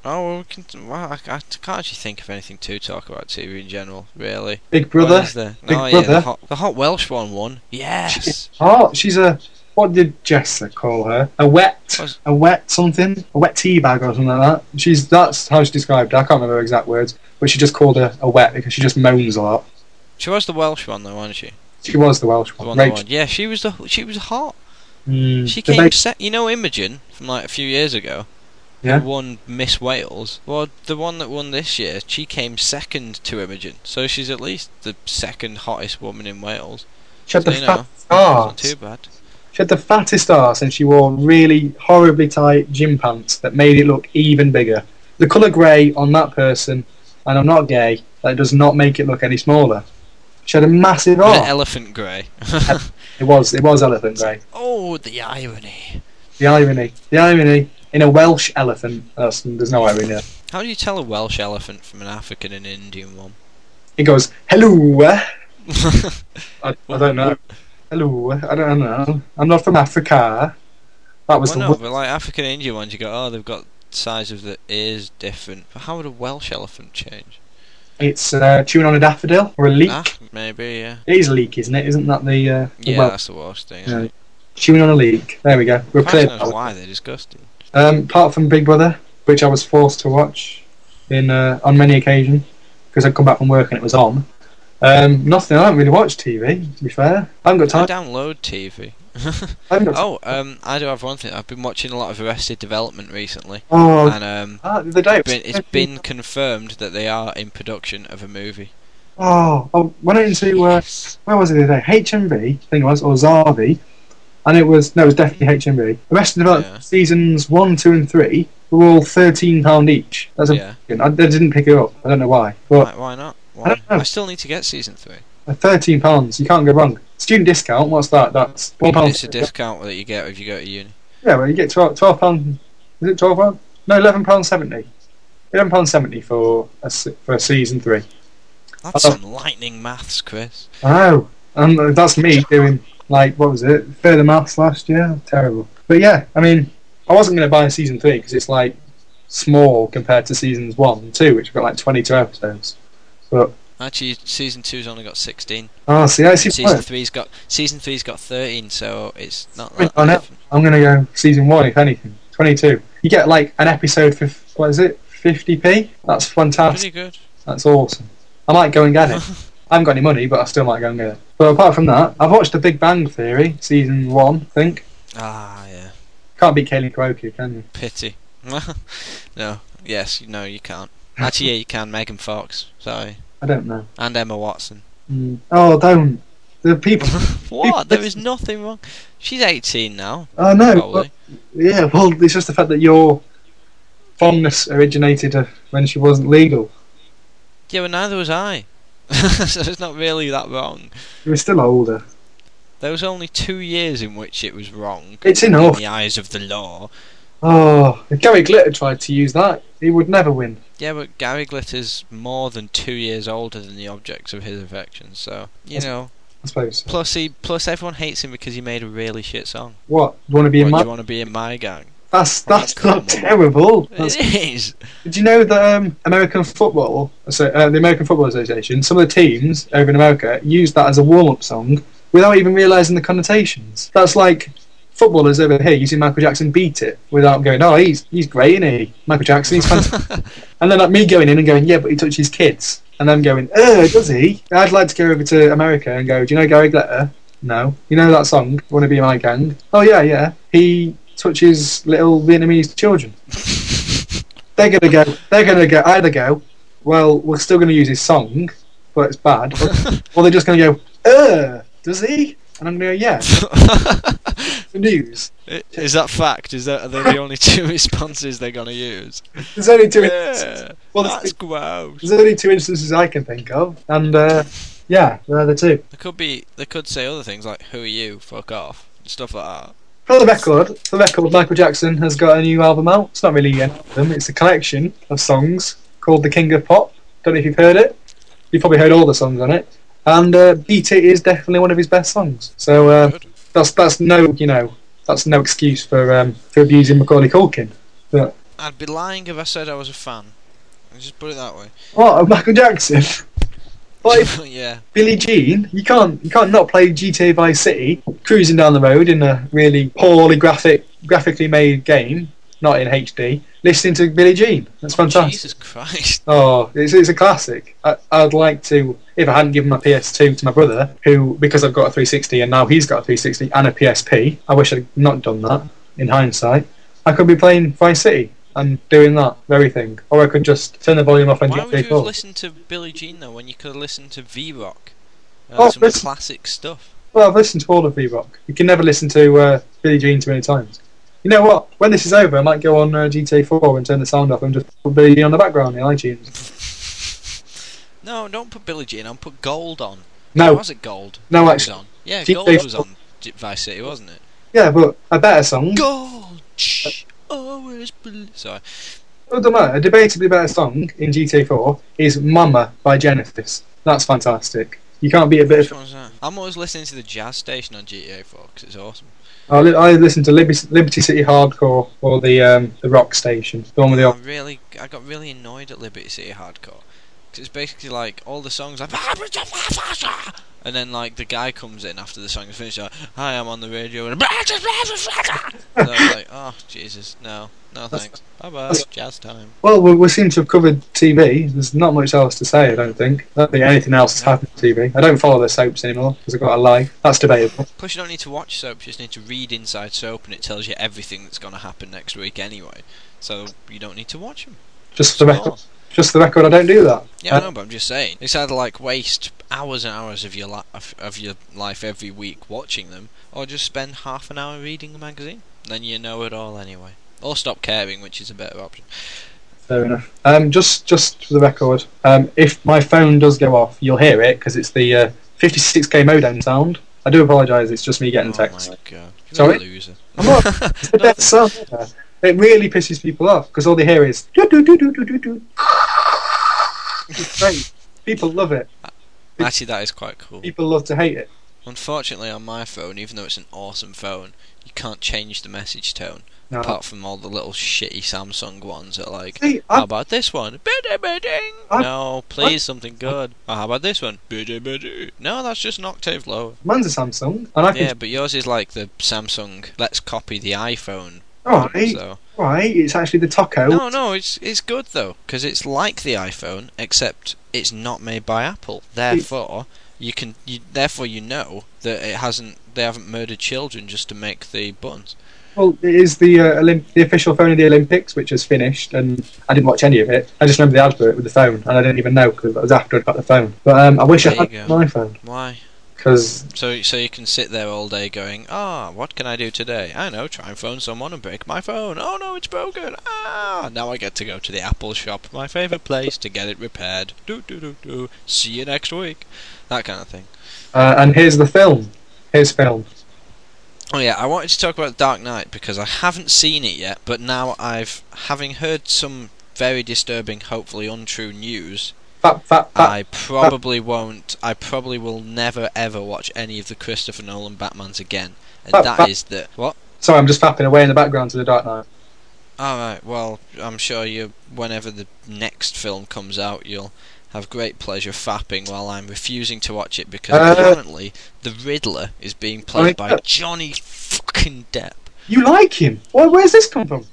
Oh, well, we can. Well, I, I can't actually think of anything to talk about TV in general, really. Big What Brother. is there? Big oh, yeah, the Brother. hot, the hot Welsh one won. Yes. Oh, she's a. What did Jessa call her? A wet, Was- a wet something, a wet tea bag or something like that. She's that's how she described. Her. I can't remember her exact words, but she just called her a wet because she just moans a lot. She was the Welsh one though, wasn't she? She was the Welsh The one. one that Rachel. won. Yeah, she was the she was hot. Mm, She the came ba- set. You know Imogen from like a few years ago. who Yeah. Won Miss Wales. Well, the one that won this year, she came second to Imogen, so she's at least the second hottest woman in Wales. she had the Ah, you know, fattest It's arse. not too bad. She had the fattest arse and she wore really horribly tight gym pants that made it look even bigger. The colour grey on that person, and I'm not gay, that does not make it look any smaller. She had a massive With an arse. elephant grey. It was it was elephant grey. oh, the irony. The irony. The irony. In a Welsh elephant. That's, there's no irony there. How do you tell a Welsh elephant from an African and Indian one? It goes, hello. eh?" I, I don't know. Hello. eh? I don't, I don't know. I'm not from Africa. That was well, the no, wo- but like African and Indian ones, you go, oh, they've got size of the ears different. But how would a Welsh elephant change? It's uh, chewing on a daffodil or a leek. Ah, maybe, yeah. It is a leek, isn't it? Isn't that the, uh, the Yeah, Welsh? that's the worst thing. Yeah. Chewing on a leak. There we go. We're I clear. don't know why they're disgusting. Um, apart from Big Brother, which I was forced to watch in uh, on many occasions because I'd come back from work and it was on. Um, nothing. I haven't really watched TV. To be fair, I haven't got I time. download TV. I haven't got time. oh, um, I do have one thing. I've been watching a lot of Arrested Development recently, Oh, and um, ah, the other day. it was been, it's been confirmed that they are in production of a movie. Oh, I went into uh, where was it the other day? HMV, I think it was, or Zarvi, and it was no, it was definitely HMV. The rest of the development Yeah. seasons one, two, and three were all thirteen pound each. That's a yeah, I, I didn't pick it up. I don't know why, but why, why not? I Why? don't know. I still need to get season three. Uh, Thirteen pounds. You can't go wrong. Student discount. What's that? That's one pound. It's a discount that you get if you go to uni. Yeah, well, you get twelve twelve pound. Is it twelve pound? No, eleven pound seventy. Eleven pound seventy for a se- for season three. That's Oh. some lightning maths, Chris. Oh, and uh, that's me doing like what was it? Further maths last year. Terrible. But yeah, I mean, I wasn't going to buy season three because it's like small compared to seasons one and two, which have got like twenty two episodes. Actually, season two's only got sixteen. Ah, see, I see. Season three's got season three's got thirteen, so it's not that I know. different. I'm gonna go season one, if anything. Twenty-two. You get like an episode for f- what is it? Fifty p. That's Pretty fantastic. good. That's awesome. I might go and get it. I haven't got any money, but I still might go and get it. But apart from that, I've watched The Big Bang Theory season one. I think Ah, yeah. can't beat Kaylee Cuoco, can you? Pity. no. Yes. No, you can't. Actually, yeah, you can. Megan Fox, sorry, I don't know. and Emma Watson. Mm. Oh, don't. The people. what? There is nothing wrong. She's 18 now, I know. probably. oh, but- yeah, well, it's just the fact that your fondness originated uh, when she wasn't legal. Yeah, but neither was I. so it's not really that wrong. You were still older. There was only two years in which it was wrong It's in enough. the eyes of the law. Oh, if Gary Glitter tried to use that, he would never win. Yeah, but Gary Glitter's more than two years older than the objects of his affection, so you That's- know. I suppose. Plus, he plus everyone hates him because he made a really shit song. What? You want to be Why in do my? you want to be in my gang? That's that's Come not on. terrible. That's It is. Did you know that um, American football, so, uh, the American Football Association, some of the teams over in America use that as a warm-up song without even realising the connotations? That's like footballers over here using Michael Jackson "Beat It" without going, "Oh, he's he's great, isn't he?" Michael Jackson, he's fantastic. and then like me going in and going, "Yeah, but he touches kids," and them going, "Oh, does he?" I'd like to go over to America and go, "Do you know Gary Glitter?" No. You know that song, "Want to Be My Gang"? Oh yeah, yeah. He touches little Vietnamese children they're gonna go. They're gonna go. Either go. Well, we're still gonna use his song, but it's bad. Or, or they're just gonna go. Uh, does he? And I'm gonna go. Yeah. it's The news. is that fact? Is that are they the only two responses they're gonna use? There's only two. Yeah, Well, that's there's, gross. there's only two instances I can think of, and uh, yeah, they're the two. There could be. They could say other things like "Who are you? Fuck off." and Stuff like that. For the record, for the record, Michael Jackson has got a new album out. It's not really an album. It's a collection of songs called "The King of Pop." Don't know if you've heard it. You've probably heard all the songs on it. And uh, "Beat It" is definitely one of his best songs. So. Uh, Good. that's that's no you know that's no excuse for um, for abusing Macaulay Culkin. I'd be lying if I said I was a fan. Let's just put it that way. What of Michael Jackson? But if yeah. Billie Jean, you can't you can't not play GTA Vice City cruising down the road in a really poorly graphic graphically made game, not in HD, listening to Billie Jean. That's fantastic. Jesus Christ. Oh, it's, it's a classic. I, I'd like to, if I hadn't given my PS2 to my brother, who, because I've got a 360 and now he's got a 360 and a PSP, I wish I'd not done that in hindsight. I could be playing Vice City and doing that very thing. Or I could just turn the volume off and Why get would you big have up. listened to Billie Jean though when you could have listened to V Rock? Uh, Oh, some listen- classic stuff. Well, I've listened to all of V-Rock. You can never listen to uh, Billie Jean too many times. You know what? When this is over, I might go on uh, GTA 4 and turn the sound off and just put Billie Jean on the background in iTunes. No, don't put Billie Jean on. Put Gold on. Or No, Was it Gold? no, It was actually. on. Yeah, Keep Gold safe. was on J- Vice City, wasn't it? Yeah, but a better song. Gold. Shh. Always. bel- Sorry. Well, don't matter. A debatably better song in GTA 4 is Mama by Genesis. That's fantastic. You can't beat a bit Which of. one was that? I'm always listening to the jazz station on GTA 4 because it's awesome. I, li- I listen to Liberty, Liberty City Hardcore or the um, the rock station, the one with the. I really, I got really annoyed at Liberty City Hardcore because it's basically like all the songs like, and then like the guy comes in after the song is finished, like, "Hi, I'm on the radio," and, and I was like, "Oh Jesus, no, no That's- thanks, bye bye, that's- jazz time." Well, we, we seem to have covered TV. There's not much else to say, I don't think. I don't think anything else has happened to TV. I don't follow the soaps anymore because I've got a life. That's debatable. Plus, you don't need to watch soap; you just need to read Inside Soap, and it tells you everything that's going to happen next week anyway. So you don't need to watch them. Just for the Oh. record, just for the record, I don't do that. Yeah, I Uh, know, but I'm just saying. It's either like waste hours and hours of your li- of, of your life every week watching them, or just spend half an hour reading a magazine. Then you know it all anyway. Or stop caring, which is a better option. Fair enough. Um, just just for the record, um, if my phone does go off, you'll hear it because it's the uh, 56k modem sound. I do apologise. It's just me getting oh text. my god, you're Sorry? a loser. I'm not- It's the best sound ever. It really pisses people off because all they hear is do do do do do do do. It's great. People love it. Actually, that is quite cool. People love to hate it. Unfortunately, on my phone, even though it's an awesome phone, you can't change the message tone. No. Apart from all the little shitty Samsung ones that are like, See, how I, about this one? Biddy biddy. I- No, please, something good. Or how about this one? Biddy biddy. No, that's just an octave lower. mine's a Samsung, and I Yeah, can. but yours is like the Samsung. Let's copy the iPhone. All right, So. all right. It's actually the Taco. No, no, it's it's good though because it's like the iPhone except it's not made by Apple. Therefore, you can you, therefore you know that it hasn't they haven't murdered children just to make the buttons. Well, it is the uh, Olymp- the official phone of the Olympics, which has finished, and I didn't watch any of it. I just remember the advert with the phone, and I didn't even know because that was after I got the phone. But um, I wish I There had you go. my phone Why? because So so you can sit there all day going, ah, what can I do today? I know, try and phone someone and break my phone. Oh no, it's broken. Ah, now I get to go to the Apple shop, my favorite place, to get it repaired. Do do do do. See you next week. That kind of thing. uh, and here's the film. Here's film. Oh yeah, I wanted to talk about Dark Knight because I haven't seen it yet, but now I've having heard some very disturbing, hopefully untrue news, Fat fat fat. I probably won't I probably will never ever watch any of the Christopher Nolan Batmans again. And But- that but- is the what? Sorry, I'm just fapping away in the background to the Dark Knight. Alright, well, I'm sure you whenever the next film comes out you'll have great pleasure fapping while I'm refusing to watch it because Uh, apparently the Riddler is being played by yeah. Johnny fucking Depp. You like him? Why? Where's this come from?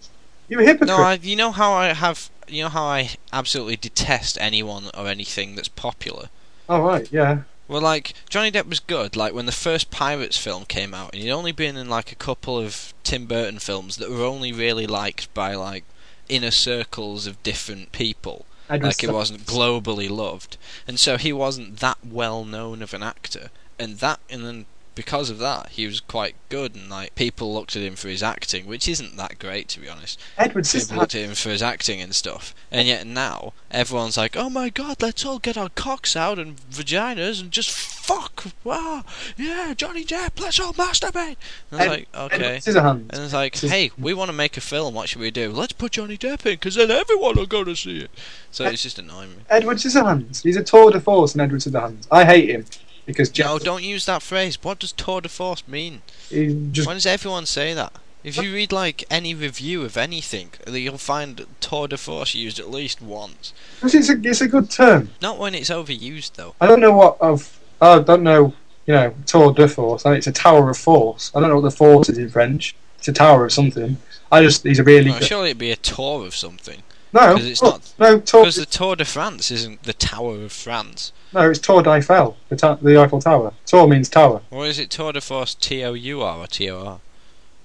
You're a hypocrite. No, I, you know how I have. You know how I absolutely detest anyone or anything that's popular. oh right, yeah. Well, like Johnny Depp was good. Like when the first Pirates film came out, and he'd only been in like a couple of Tim Burton films that were only really liked by like inner circles of different people. Edward Like it Sci- wasn't globally loved, and so he wasn't that well known of an actor. And that, and then because of that, he was quite good, and like people looked at him for his acting, which isn't that great to be honest Edward people Sisterhood. looked at him for his acting and stuff. And yet now everyone's like, "Oh my God, let's all get our cocks out and vaginas and just fuck!" Wow, yeah, Johnny Depp, let's all masturbate. And it's Ed- like, okay. Edward Scissorhands. And it's like, hey, we want to make a film. What should we do? Let's put Johnny Depp in, because then everyone will go to see it. Uh, So it's just annoying me. Edward Scissorhands. He's a tour de force in Edward Scissorhands. I hate him because No, Jeff, don't use that phrase. What does tour de force mean? he just Why does everyone say that? If you read like any review of anything, you'll find tour de force used at least once. it's a it's a good term. Not when it's overused though. I don't know what of I don't know you know tour de force. I think it's a tower of force. I don't know what the force is in French. It's a tower of something. I just he's a really Well, good surely it'd be a tour of something. no Oh, 'cause it's tour- not- no tour Because the Tour de France isn't the Tower of France. no it's tour d'Eiffel the, ta- the Eiffel Tower. Tour means tower. Or is it Tour de Force T O U R or T O R?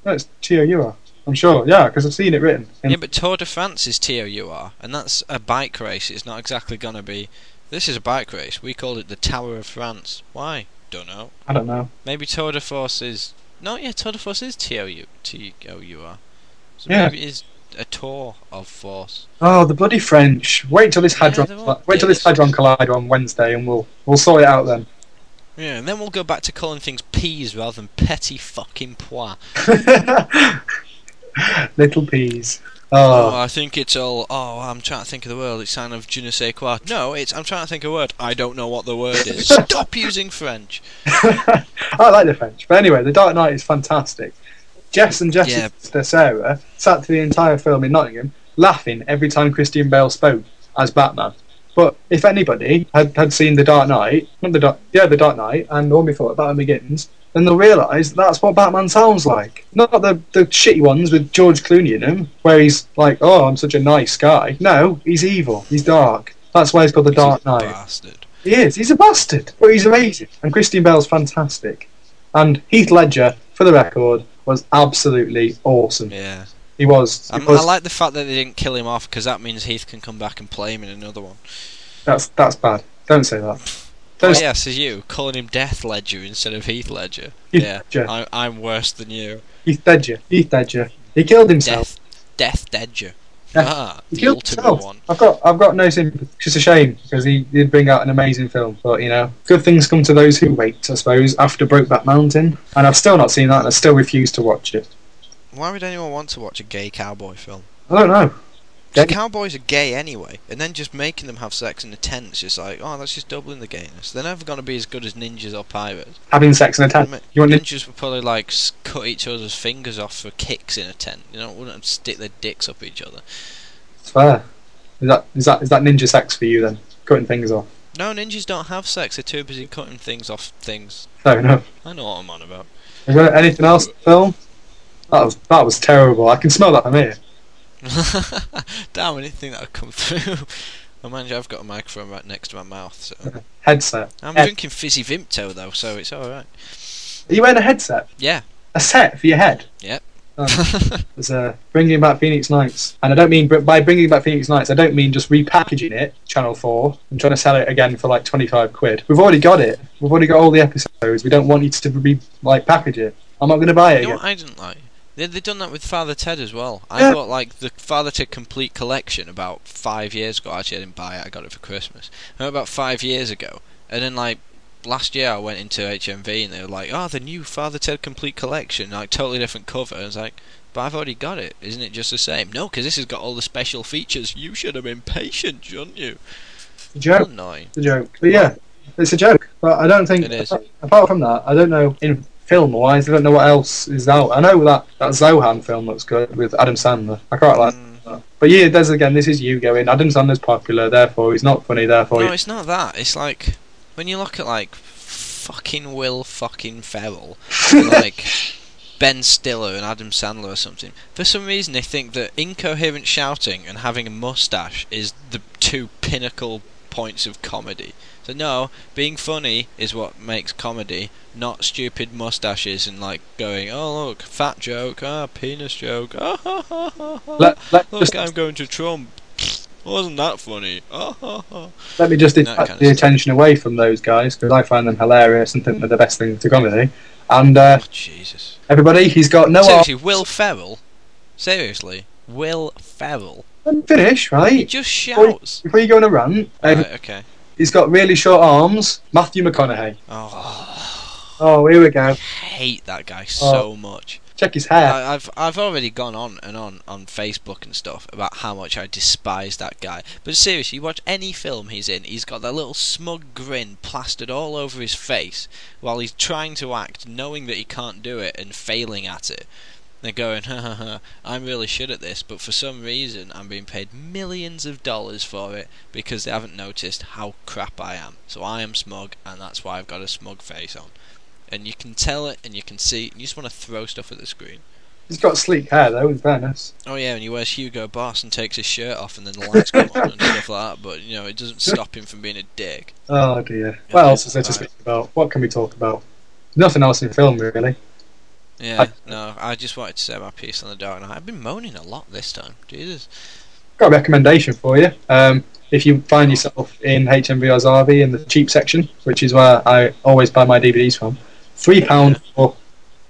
No, it's T O U R. I'm sure. Yeah, because I've seen it written. in- Yeah, but Tour de France is T O U R, and that's a bike race. It's not exactly going to be. This is a bike race. We called it the Tower of France. Why? Don't know. I don't know. Maybe Tour de Force is. No, yeah, Tour de Force is T O U T O U R. So Yeah. maybe it is a tour of force. Oh, the bloody French! Wait till this Yeah, hadron. they're all wait till this idiots. hadron collider on Wednesday, and we'll we'll sort it out then. Yeah, and then we'll go back to calling things peas rather than petty fucking pois. Little peas. Oh, Oh, I think it's all. Oh, I'm trying to think of the word. It's sign of je ne sais quoi. No, it's. I'm trying to think of a word. I don't know what the word is. Stop using French. I like the French. But anyway, The Dark Knight is fantastic. Jess and Jessica Yeah. sister Sarah sat through the entire film in Nottingham, laughing every time Christian Bale spoke as Batman. But if anybody had, had seen The Dark Knight, not the Dark, yeah, The Dark Knight, and all before Batman Begins, then they'll realise that's what Batman sounds like. Not the the shitty ones with George Clooney in them, where he's like, "Oh, I'm such a nice guy." No, he's evil. He's dark. That's why he's called the Dark You Knight. Bastard. He is. He's a bastard, but he's amazing. And Christian Bale's fantastic. And Heath Ledger, for the record, was absolutely awesome. Yeah. He was. He Um, was I like the fact that they didn't kill him off because that means Heath can come back and play him in another one. that's that's bad. Don't say that. Oh, Don't say yeah, so you calling him Death Ledger instead of Heath Ledger. Heath yeah. Ledger. I, I'm worse than you. Heath Ledger. Heath Ledger. He killed himself. Death. Death Ledger. Death- ah, He the killed ultimate himself. one. I've got I've got no sympathy. It's just a shame because he did bring out an amazing film. But you know, good things come to those who wait. I suppose after Brokeback Mountain, and I've still not seen that, and I still refuse to watch it. Why would anyone want to watch a gay cowboy film? I don't know. 'Cause Gay- cowboys are gay anyway, and then just making them have sex in a tent is just like, oh, that's just doubling the gayness. They're never going to be as good as ninjas or pirates. Having sex in a tent. Ma- Uh, You want ninjas would probably like s- cut each other's fingers off for kicks in a tent. You know, wouldn't stick their dicks up each other. It's fair. Is that is that is that ninja sex for you then? Cutting things off. No, ninjas don't have sex. They're too busy cutting things off things. Fair enough. I know what I'm on about. Is there anything else in the film? That was that was terrible. I can smell that from here. Damn, anything that'll come through. Oh, mind you, I've got a microphone right next to my mouth, so Headset. I'm Yeah. drinking fizzy Vimto though, so it's all right. Are you wearing a headset? Yeah. A set for your head. Yep. was uh, bringing back Phoenix Nights, and I don't mean br- by bringing back Phoenix Nights, I don't mean just repackaging it, Channel Four, and trying to sell it again for like twenty five quid. We've already got it. We've already got all the episodes. We don't want you to re like package it. I'm not going to buy it You know again. what I didn't like? They they done that with Father Ted as well. I Yeah. bought like the Father Ted complete collection about five years ago. Actually, I didn't buy it. I got it for Christmas. No, about five years ago. And then like last year, I went into HMV and they were like, "Oh, the new Father Ted complete collection, like totally different cover." I was like, "But I've already got it. Isn't it just the same?" No, because this has got all the special features. You should have been patient, shouldn't you? It's a joke. Annoying. It's a joke. But yeah, it's a joke. But I don't think It is. apart, apart from that, I don't know in film wise, I don't know what else is out. I know that that Zohan film looks good with Adam Sandler. I quite like. Mm. that. But yeah, there's again. This is you going. Adam Sandler's popular, therefore he's not funny. Therefore, No, he- it's not that. It's like when you look at like fucking Will fucking Ferrell, and, like Ben Stiller and Adam Sandler or something. For some reason, they think that incoherent shouting and having a mustache is the two pinnacle points of comedy. So no, being funny is what makes comedy, not stupid mustaches and like going, oh look, fat joke, ah penis joke, ah ha ha ha ha. let, let, look, just, I'm going to Trump. Wasn't that funny? Ah ha ha. let me just that detach kind of the stuff. attention away from those guys because I find them hilarious and think they're the best thing to comedy. And uh, Oh, Jesus. everybody, he's got no. Seriously, Will Ferrell. Seriously, Will Ferrell. Let me finish, He right? just shouts. Before you go on a rant, uh, Right, okay. he's got really short arms. Matthew McConaughey. Oh, Oh, here we go. I hate that guy so much. Check his hair. I, I've I've already gone on and on on Facebook and stuff about how much I despise that guy. But seriously, you watch any film he's in, he's got that little smug grin plastered all over his face while he's trying to act, knowing that he can't do it and failing at it. They're going, ha ha ha, I'm really shit at this, but for some reason I'm being paid millions of dollars for it because they haven't noticed how crap I am. So I am smug, and that's why I've got a smug face on. And you can tell it, and you can see, it, and you just want to throw stuff at the screen. He's got sleek hair though, in fairness. Oh yeah, and he wears Hugo Boss and takes his shirt off, and then the lights come on and stuff like that. But you know, it doesn't stop him from being a dick. Oh dear. What Yeah, else is there to right. speak about? What can we talk about? Nothing else in film really. Yeah, no, I just wanted to say my piece on the Dark Knight. I've been moaning a lot this time. Jesus. Got a recommendation for you. Um, if you find yourself in HMVR's RV in the cheap section, which is where I always buy my DVDs from, three pound for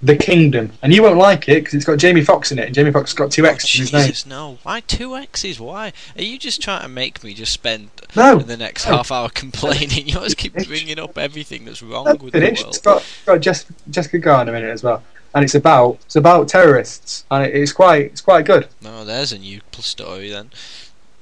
The Kingdom, and you won't like it because it's got Jamie Foxx in it, and Jamie Foxx has got two Oh, X's in his name. Jesus, no. Why two X's? Why? Are you just trying to make me just spend No, the next no. half hour complaining? You always keep bringing up everything that's wrong that's with the finished. It's world. got, it's got Jess, Jessica Garner in it as well, and it's about it's about terrorists, and it, it's quite it's quite good. No, there's a new pl- story then.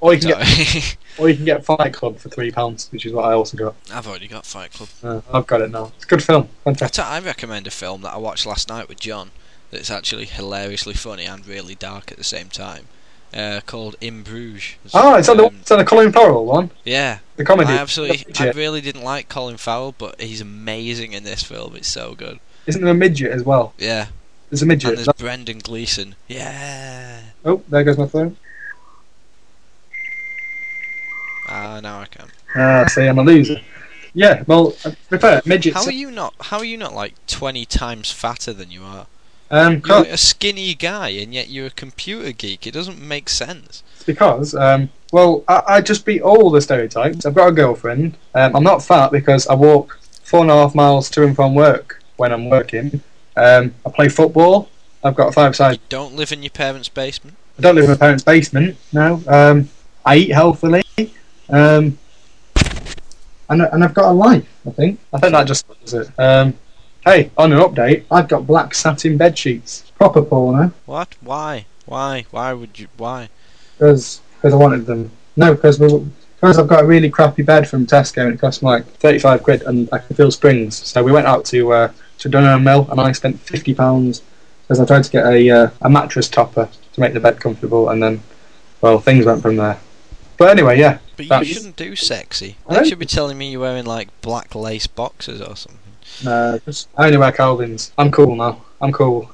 Or you can get Sorry. Or you can get Fight Club for three pounds, which is what I also got. I've already got Fight Club. Uh, I've got it now. It's a good film. I Fantastic. t- I recommend a film that I watched last night with John that's actually hilariously funny and really dark at the same time. Uh, called In Bruges. Oh, it's on the Um, it's on the Colin Farrell one, yeah. the comedy. I absolutely, The I midget. really didn't like Colin Farrell, but he's amazing in this film. It's so good. Isn't there a midget as well? Yeah, There's a and midget. there's Brendan Gleeson. Yeah. Oh, there goes my phone. Ah, now I can. Ah, see, I'm a loser. Yeah, well, uh, to be fair, How midgets. are you not? How are you not like twenty times fatter than you are? Um, You're cause, a skinny guy, and yet you're a computer geek. It doesn't make sense. it's because um, well, I, I just beat all the stereotypes. I've got a girlfriend. Um, I'm not fat because I walk four and a half miles to and from work when I'm working. Um, I play football. I've got a five-side You don't live in your parents' basement. I don't live in my parents' basement. No, um, I eat healthily, um, and and I've got a life. I think. I think that just does it. Um, hey, on an update, I've got black satin bed sheets, proper porno, What? Why? Why? Why would you? Why? because I wanted them. No, because because I've got a really crappy bed from Tesco and it cost me like thirty five quid, and I can feel springs. So we went out to uh, to Dunham Mill, and I spent fifty pounds because I tried to get a uh, a mattress topper to make the bed comfortable, and then well, things went from there. But anyway, yeah. But you That's- shouldn't do sexy. I don't- They should be telling me you're wearing like black lace boxers or something. No, uh, just- I only wear Calvin's. I'm cool now. I'm cool.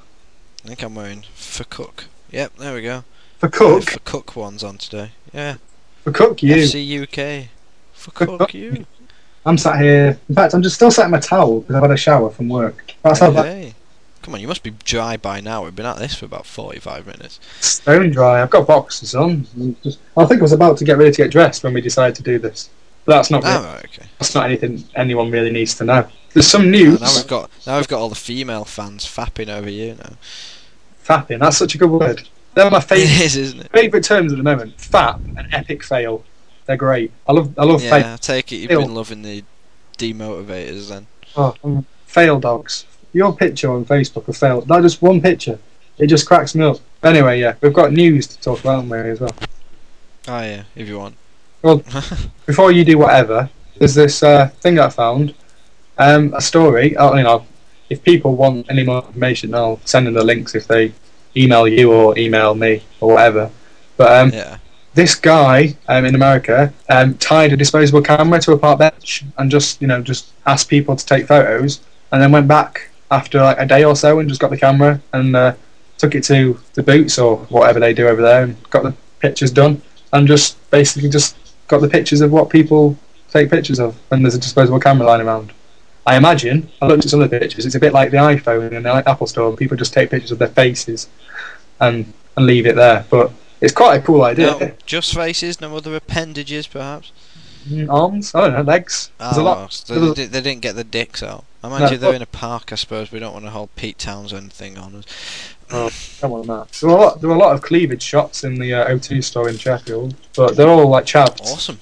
I think I'm wearing for cook. Yep, there we go. For cook, For cook ones on today. Yeah. for cook you. FC UK. For For cook cook. you. I'm sat here. In fact, I'm just still sat in my towel because I've had a shower from work. That's how bad. Hey. Come on, you must be dry by now. We've been at this for about 45 minutes. Stone dry. I've got boxes on. and just- I think I was about to get ready to get dressed when we decided to do this. But that's not Ah, re- right, okay. that's not anything anyone really needs to know. There's some Now, news. now we've got now we've got all the female fans fapping over you now. Fapping. That's such a good word. They're my It favorite is, isn't it? favorite terms at the moment. Fap and epic fail. They're great. I love I love fail. Yeah, I take it you've Fail. been loving the demotivators then. Oh, um, fail dogs. Your picture on Facebook of fail. That just one picture. It just cracks me up. Anyway, yeah, we've got news to talk about, haven't we, as well. Oh yeah, if you want. Well- before you do whatever, there's this uh, thing I found, um, a story. I mean, I'll, if people want any more information, I'll send them the links if they email you or email me or whatever. But um, yeah. this guy um, in America um, tied a disposable camera to a park bench and just you know just asked people to take photos, and then went back after like a day or so and just got the camera and uh, took it to the boots or whatever they do over there and got the pictures done and just basically just got the pictures of what people take pictures of when there's a disposable camera lying around. I imagine I looked at some of the pictures. It's a bit like the iPhone and the Apple Store. and People just take pictures of their faces and and leave it there, but. It's quite a cool idea. No, just faces, no other appendages, perhaps. Mm, arms. I don't know, legs. There's oh, a lot. So there's they, a- di- they didn't get the dicks out. I imagine No. they're in a park, I suppose. We don't want to hold Pete Townsend thing on us. Oh. Come on, Matt. There were a lot. There were a lot of cleavage shots in the uh, O2 store in Sheffield, but they're all like chaps. Awesome.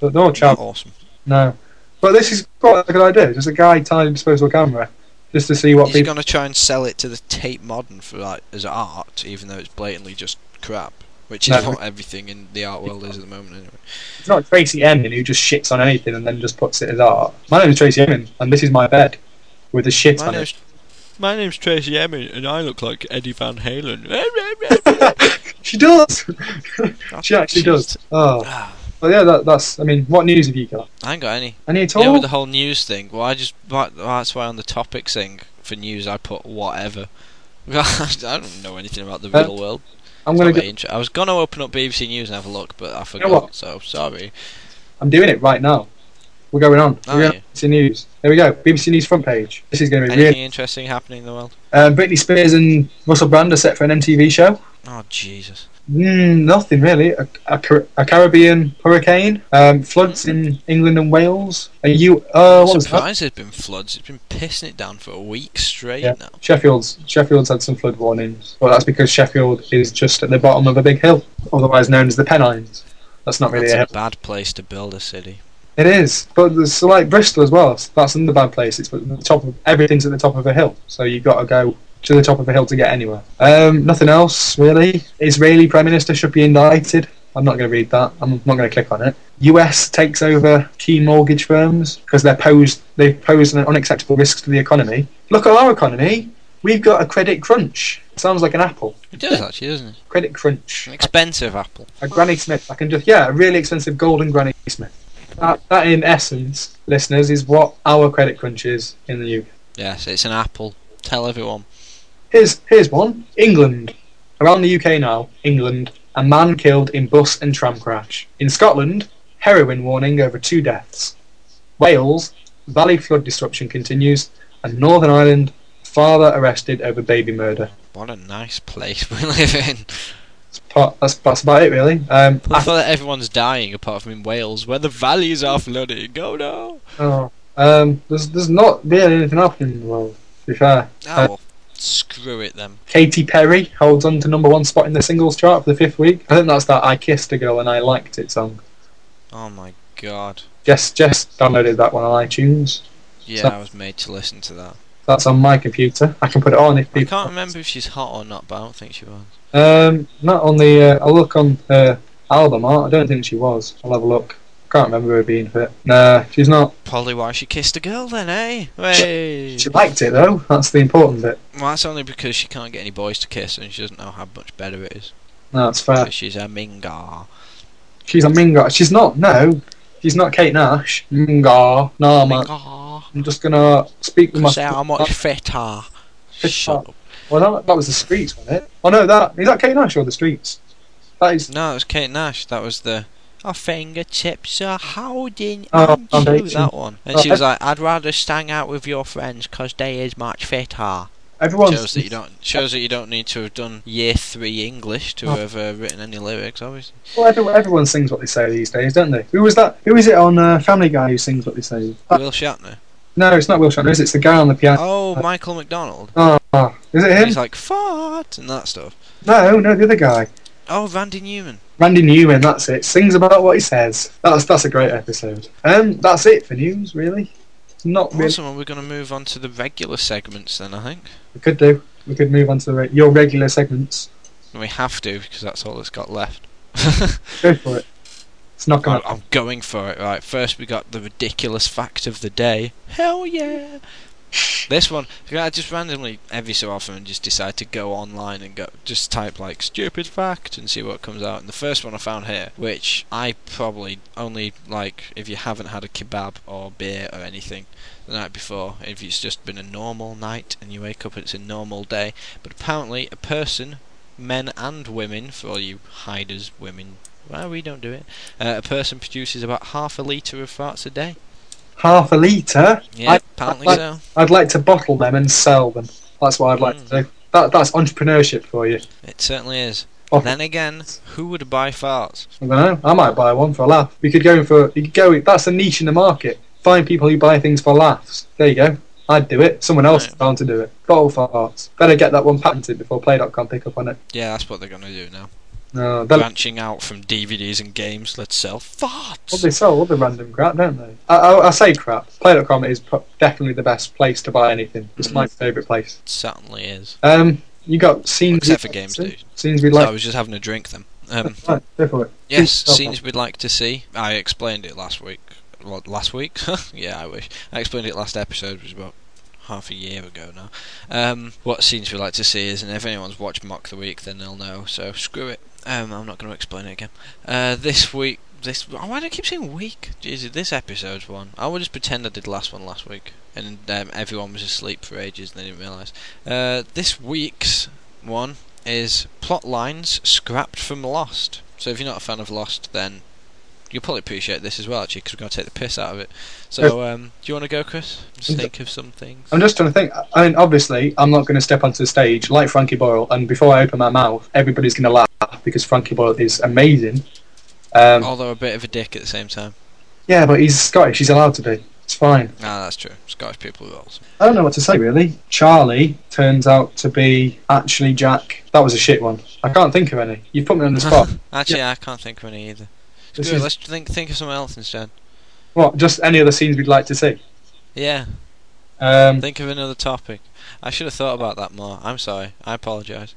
But they're all chaps. Awesome. No, but this is quite a good idea. Just a guy tying a disposable camera, just to see what He's people. going to try and sell it to the Tate Modern for like as art, even though it's blatantly just crap, which is No. what everything in the art world is at the moment, anyway. It's not Tracy Emin who just shits on anything and then just puts it as art. My name is Tracy Emin, and this is my bed with the shit My on it. name's, my name's Tracy Emin, and I look like Eddie Van Halen. She does. she actually does. Oh, Ah, well, yeah. That, that's. I mean, what news have you got? I ain't got any. Any at Yeah, all? with the whole news thing. Well, I just why- that's why on the topics thing for news I put whatever. I don't know anything about the Uh, real world. I'm It's gonna not go. very inter- I was gonna open up BBC News and have a look, but I forgot. what? so sorry. I'm doing it right now. We're going on. Are We're you? on BBC News. There we go. BBC News front page. This is going to be Anything really. interesting happening in the world? Uh, Britney Spears and Russell Brand are set for an MTV show. Oh Jesus! Mm, nothing really. A, a, Car- a Caribbean hurricane. Um, floods in England and Wales. Are you? Uh, what I'm was that? surprised there's been floods. It's been pissing it down for a week straight Yeah. now. Sheffield's Sheffield's had some flood warnings. Well, that's because Sheffield is just at the bottom of a big hill, otherwise known as the Pennines. That's not really That's a hill. a bad place to build a city. It is, but there's so like Bristol as well. So that's another bad place. It's at the top of everything's at the top of a hill, so you've got to go to the top of a hill to get anywhere. Um, nothing else really. Israeli prime minister should be indicted. I'm not going to read that. I'm not going to click on it. U.S. takes over key mortgage firms because they're posed they've posed an unacceptable risk to the economy. Look at our economy. We've got a credit crunch. Sounds like an apple. It does actually, doesn't it? Credit crunch. An expensive apple. A Granny Smith. I can just yeah, a really expensive golden Granny Smith. That, that in essence, listeners, is what our credit crunch is in the UK. Yes, it's an apple. Tell everyone. Here's here's one. England. Around the UK now, England, a man killed in bus and tram crash. In Scotland, heroin warning over two deaths. Wales, valley flood disruption continues, and Northern Ireland, father arrested over baby murder. What a nice place we live in. That's, part, that's, that's about it really. Um, I thought that everyone's dying apart from in Wales, where the valleys are flooding. Oh no! Oh, um, there's there's not really anything happening in the world. To be fair, Oh, Uh, well, screw it then. Katy Perry holds on to number one spot in the singles chart for the fifth week. I think that's that "I Kissed a Girl and I Liked It" song. Oh my god. Jess Jess downloaded that one on iTunes. Yeah, So- I was made to listen to that. That's on my computer. I can put it on if I people. can't remember if she's hot or not, but I don't think she was. Um, not on the. Uh, I'll look on her album art. I don't think she was. I'll have a look. Can't remember her being fit. Nah, she's not. Probably why she kissed a girl then, eh? Hey. She liked it though. That's the important bit. Well, that's only because she can't get any boys to kiss, and she doesn't know how much better it is. No, that's 'Cause fair. she's a mingar. She's a Mingar. She's not. No, she's not Kate Nash. Mingar. Nah, man. Mingar. I'm just gonna speak with my. Because how much fitter. Shut up. Well, that, that was the streets, wasn't it? Oh no, that is that Kate Nash or the streets? That is. No, it was Kate Nash. That was the. Our fingertips are holding Oh, on to foundation. Uh, that one. And she was like, I'd rather stang out with your friends 'cause they is much fitter. Everyone's shows that you don't shows that you don't need to have done year three English to Oh. have uh, written any lyrics. Obviously, Well, every, everyone sings what they say these days, don't they? Who was that? Who is it on uh, Family Guy who sings what they say? Uh, Will Shatner. no, it's not Will Shatner. Is it? It's the guy on the piano. Oh, Michael McDonald. Oh, is it uh, him? He's like fart and that stuff. No, no, the other guy, Oh, Randy Newman. Randy Newman. That's it. Sings about what he says. That's that's a great episode. Um, that's it for news, really. It's Not really. Awesome. Well, we're going to move on to the regular segments then. I think We could do. We could move on to the re- your regular segments. we have to because that's all that's got left. Go for it. It's not I'm, going. Oh, I'm going for it. Right, first we got the ridiculous fact of the day. Hell yeah! This one, I just randomly every so often just decide to go online and go just type like stupid fact and see what comes out. And the first one I found here, which I probably only like if you haven't had a kebab or beer or anything the night before, if it's just been a normal night and you wake up and it's a normal day. But apparently, a person, men and women, for all you hiders, women, well, we don't do it. Uh, a person produces about half a litre of farts a day. Half a litre. Yeah, I- apparently I- so. I'd like to bottle them and sell them. That's what I'd like Hmm. to do. That, that's entrepreneurship for you. It certainly is. Oh. Then again, who would buy farts? I don't know. I might buy one for a laugh. We could go for. You could go. That's a niche in the market. Find people who buy things for laughs. There you go. I'd do it. Someone else is Right. bound to do it. Bottle farts. Better get that one patented before Play.com pick up on it. Yeah, that's what they're going to do now. No, they'll Branching out from DVDs and games, let's sell well, farts. they sell all the random crap, don't they? I, I, I say crap. Play.com is pro- definitely the best place to buy anything. It's Hmm. my favourite place. It certainly is. Um, you got scenes Except you'd for like games, to see? dude. Scenes we So I like. was just having a drink then. Um, That's right, go for it. yes, Oh. scenes we'd like to see. I explained it last week. Well, last week? yeah, I wish. I explained it last episode, which was about half a year ago now. Um, what scenes we'd like to see is, and if anyone's watched Mock the Week, then they'll know, so screw it. Um, I'm not going to explain it again. Uh, this week. This oh, why do I keep saying week? Jesus, this episode's one. I will just pretend I did last one last week, and um, everyone was asleep for ages and they didn't realise. Uh, this week's one is plot lines scrapped from Lost. So if you're not a fan of Lost, then you'll probably appreciate this as well, actually, because we're going to take the piss out of it. So um, do you want to go, Chris? Just think of some things. I'm just trying to think. I mean, obviously, I'm not going to step onto the stage like Frankie Boyle, and before I open my mouth, everybody's going to laugh because Frankie Boyle is amazing. Um, Although a bit of a dick at the same time. Yeah, but he's Scottish. He's allowed to be. It's fine. Ah, that's true. Scottish people are awesome. I don't know what to say really. Charlie turns out to be actually Jack. That was a shit one. I can't think of any. You've put me on the spot. Actually, I can't think of any either. This Good, is- let's think think of something else instead. what? Just any other scenes we'd like to see. Yeah, Um, think of another topic. I should have thought about that more. I'm sorry. I apologise.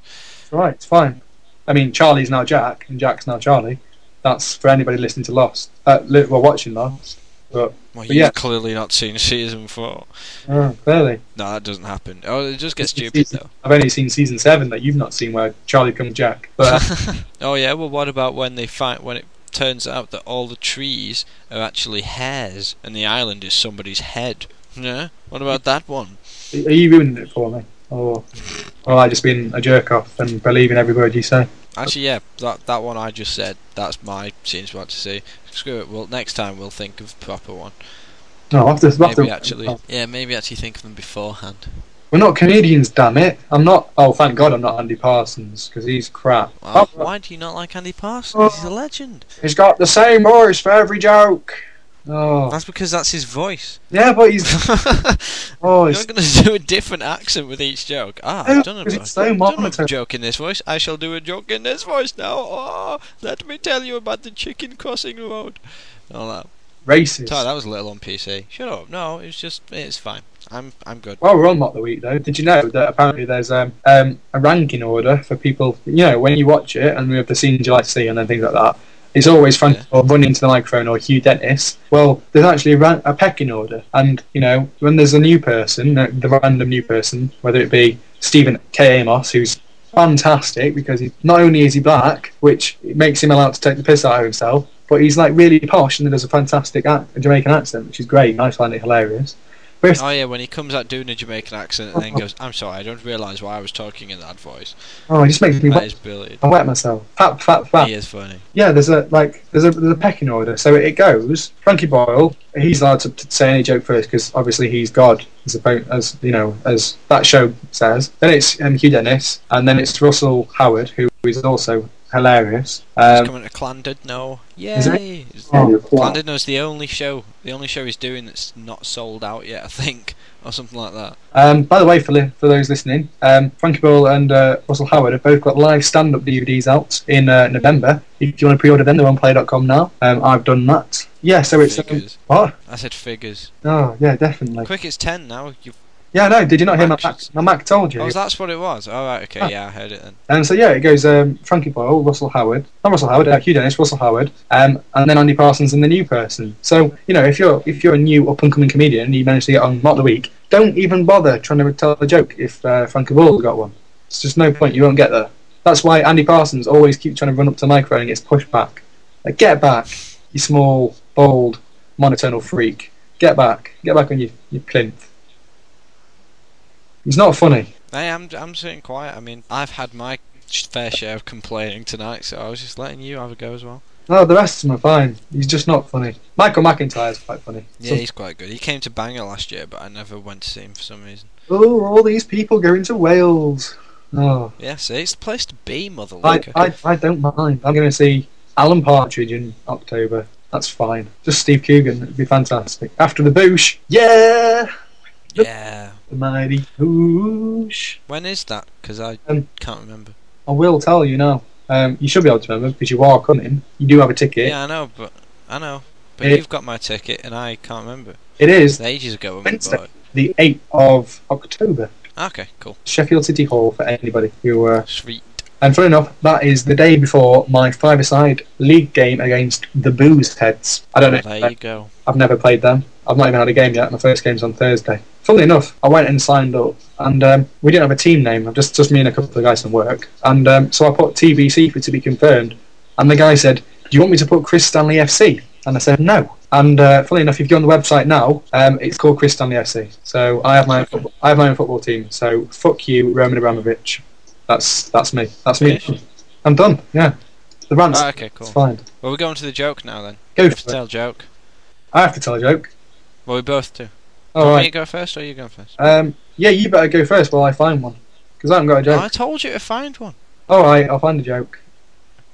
right, it's fine. I mean, Charlie's now Jack, and Jack's now Charlie. That's for anybody listening to Lost. Uh, li- well, watching Lost. But Well, But you've yeah. clearly not seen season four. uh, clearly. No, that doesn't happen. Oh, it just gets It's just stupid easy. though. I've only seen season seven that you've not seen, where Charlie becomes Jack. But uh, oh yeah. Well, what about when they find when it turns out that all the trees are actually hairs and the island is somebody's head? Yeah. What about that one? are you ruining it for me, or or I just been a jerk off and believing every word you say? Actually, yeah. That that one I just said. That's my scenes we want to see. Screw it. Well, next time we'll think of a proper one. No, I'll have to, I'll have Maybe to- actually. Yeah. Maybe actually think of them beforehand. We're not comedians, damn it! I'm not. Oh, thank God, I'm not Andy Parsons because he's crap. Wow. Oh, Why do you not like Andy Parsons? He's a legend. he's got the same voice for every joke. Oh, That's because that's his voice. yeah, but he's oh, You're he's, going to do a different accent with each joke. Ah, No, I've done a, because voice. it's so I've done a monotone. joke in this voice. I shall do a joke in this voice now. Oh, let me tell you about the chicken crossing the road. All that. racist. Sorry, that was a little on PC. Shut up. No, it's just it's fine. I'm I'm good. While we're on Mock the Week, though, did you know that apparently there's um, um, a ranking order for people? You know, when you watch it and we have the scenes you like to see and then things like that, it's always Frank Yeah. or running to the microphone or Hugh Dennis. Well, there's actually a, ran- a pecking order, and you know, when there's a new person, uh, the random new person, whether it be Stephen K. Amos, who's fantastic because he, not only is he black, which makes him allowed to take the piss out of himself, but he's like really posh and does a fantastic ac Jamaican accent, which is great. I find it hilarious. But if Oh yeah, when he comes out doing a Jamaican accent and then Uh-huh. goes, "I'm sorry, I don't realise why I was talking in that voice." Oh, it just makes me That wet. is brilliant. I wet myself. Fat, fat, fat. He Yeah. is funny. there's a like, there's a there's a pecking order. So it goes. Frankie Boyle, he's allowed to, to say any joke first because obviously he's God. as, oppo- as you know, as that show says. Then it's um, Hugh Dennis, and then it's Russell Howard, who is also hilarious. He's Um, coming to Clandidno. Is it? Yay! Oh, Clandidno's the only show, the only show he's doing that's not sold out yet, I think, or something like that. um, by the way, for, li- for those listening, um, Frankie Ball and uh, Russell Howard have both got live stand-up DVDs out in uh, November. If you want to pre-order them, they're on Play.com now. Um, I've done that. Yeah, so it's um, figures. what? I said figures. Oh, yeah, definitely. Quick, it's ten now. You. Yeah, no, did you not hear my Mac? Actions. My Mac told you. Oh, that's what it was. All right. Okay. Ah. Yeah, I heard it then. And so yeah, it goes um, Frankie Boyle, Russell Howard, not Russell Howard, uh, Hugh Dennis, Russell Howard, um, and then Andy Parsons and the new person. So you know, if you're if you're a new up and coming comedian and you manage to get on Mock of the Week, don't even bother trying to tell a joke if uh, Frankie Boyle got one. It's just no point. You won't get there. That's why Andy Parsons always keeps trying to run up to the microphone and gets pushed back. Like get back, you small, bold, monotonal freak. Get back, get back on your your plinth. He's not funny. Hey, I'm I'm sitting quiet. I mean, I've had my sh- fair share of complaining tonight, so I was just letting you have a go as well. No, the rest of them are fine. He's just not funny. Michael McIntyre's quite funny. Yeah, he's quite good. He came to Bangor last year, but I never went to see him for some reason. So- oh, all these people going to Wales. Oh, Yeah, see, it's the place to be, mother I, Luca. I, I don't mind. I'm going to see Alan Partridge in October. That's fine. Just Steve Coogan. It'd be fantastic. After the Boosh. Yeah! yeah. The mighty Boosh. When is that? Because I Um, can't remember. I will tell you now. Um, you should be able to remember because you are coming. You do have a ticket. Yeah, I know, but I know, but It- you've got my ticket, and I can't remember. It It's is ages ago when we Wednesday. bought it. the 8th of October. Okay, cool. Sheffield City Hall for anybody who uh, Sweet. And funny enough, that is the day before my five-a-side league game against the Booze Heads. I don't know. There you go. I've never played them. I've not even had a game yet. My first game's on Thursday. Funnily enough, I went and signed up, and um, we didn't have a team name. Just just me and a couple of guys from work. And um, so I put TBC for to be confirmed, and the guy said, "Do you want me to put Chris Stanley FC?" And I said, "No." And uh, funnily enough, if you go on the website now, um, it's called Chris Stanley FC. So I have my own football, I have my own football team. So fuck you, Roman Abramovich. That's that's me. That's me. Finished? I'm done. Yeah, the rant's Ah, okay, it's cool. uh, fine. Well, we're going to the joke now then. Go You have to for it. tell a joke. I have to tell a joke. Well, we both do. All Want right. me to go first, or you go first? Um, yeah, you better go first while I find one, because I haven't got a joke. I told you to find one. All right, I'll find a joke.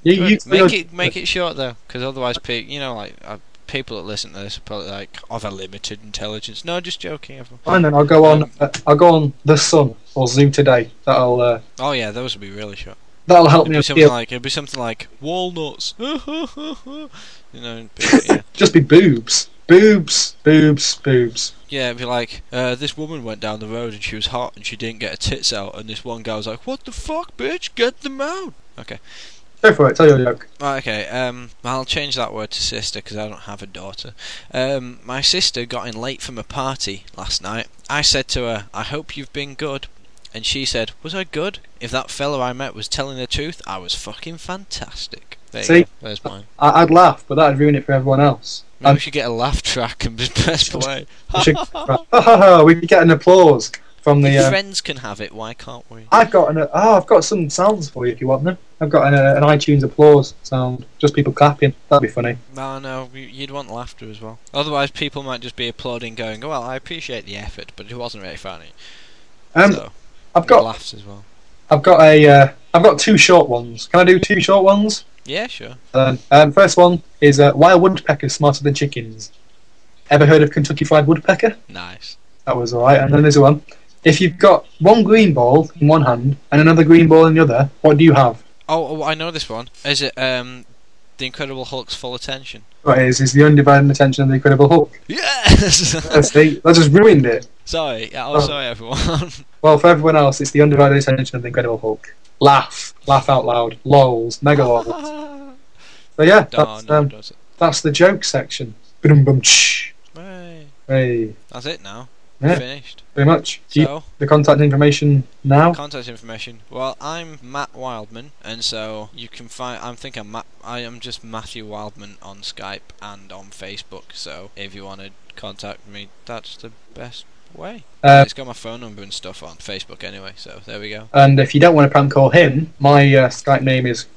You, you Good. make it make it short though, because otherwise, pe- you know, like uh, people that listen to this are probably like of a limited intelligence. No, just joking. Everyone. Fine then. I'll go Um, on. Uh, I'll go on the Sun or Zoo today. That'll uh, Oh yeah, those would be really short. that'll help It'd me be something appeal. like it'd be something like walnuts. you know, it'd be- yeah. Just be boobs, boobs, boobs, boobs. Yeah, it'd be like, uh, this woman went down the road and she was hot and she didn't get her tits out, and this one guy was like, "What the fuck, bitch? Get them out!" Go for it. Tell your joke. Right, okay. Um, I'll change that word to sister because I don't have a daughter. Um, my sister got in late from a party last night. I said to her, "I hope you've been good," and she said, "Was I good? If that fellow I met was telling the truth, I was fucking fantastic." There you See? go. There's mine. I, I'd laugh, but that'd ruin it for everyone else. Maybe Um, we should get a laugh track and just press play. We should- right. Ha, ha, ha, we could get an applause from the. If Uh, Friends can have it. Why can't we? I've got an. Uh, oh, I've got some sounds for you if you want them. I've got an, uh, an iTunes applause sound. Just people clapping. That'd be funny. No, no, you- you'd want laughter as well. Otherwise, people might just be applauding, going, "Well, I appreciate the effort, but it wasn't really funny." Um, so I've got laughs as well. I've got a. Uh, I've got two short ones. Can I do two short ones? Yeah, sure. Um, um, first one is uh, why are woodpeckers smarter than chickens? Ever heard of Kentucky Fried Woodpecker? Nice. That was alright. And then there's one. If you've got one green ball in one hand and another green ball in the other, what do you have? Oh, oh, I know this one. Is it um, the Incredible Hulk's full attention? What it is is the undivided attention of the Incredible Hulk. Yes. Let's see, that just ruined it. sorry. Yeah, Oh, Oh. sorry, everyone. Well, for everyone else, it's the undivided attention of the Incredible Hulk. Laugh, laugh out loud, lols, mega lols. no, So yeah, no, that's no, um, does it? that's the joke section. Ba-dum-bum-tsh. Hey, Hey, that's it now. Yeah. Finished. very much. Do you- So, the contact information now. contact information. Well, I'm Matt Wildman, and so you can find. I'm think I'm Matt. I am just Matthew Wildman on Skype and on Facebook. So if you want to contact me, that's the best way. Uh, it's got my phone number and stuff on Facebook anyway. So there we go. and if you don't want to prank call him, my uh, Skype name is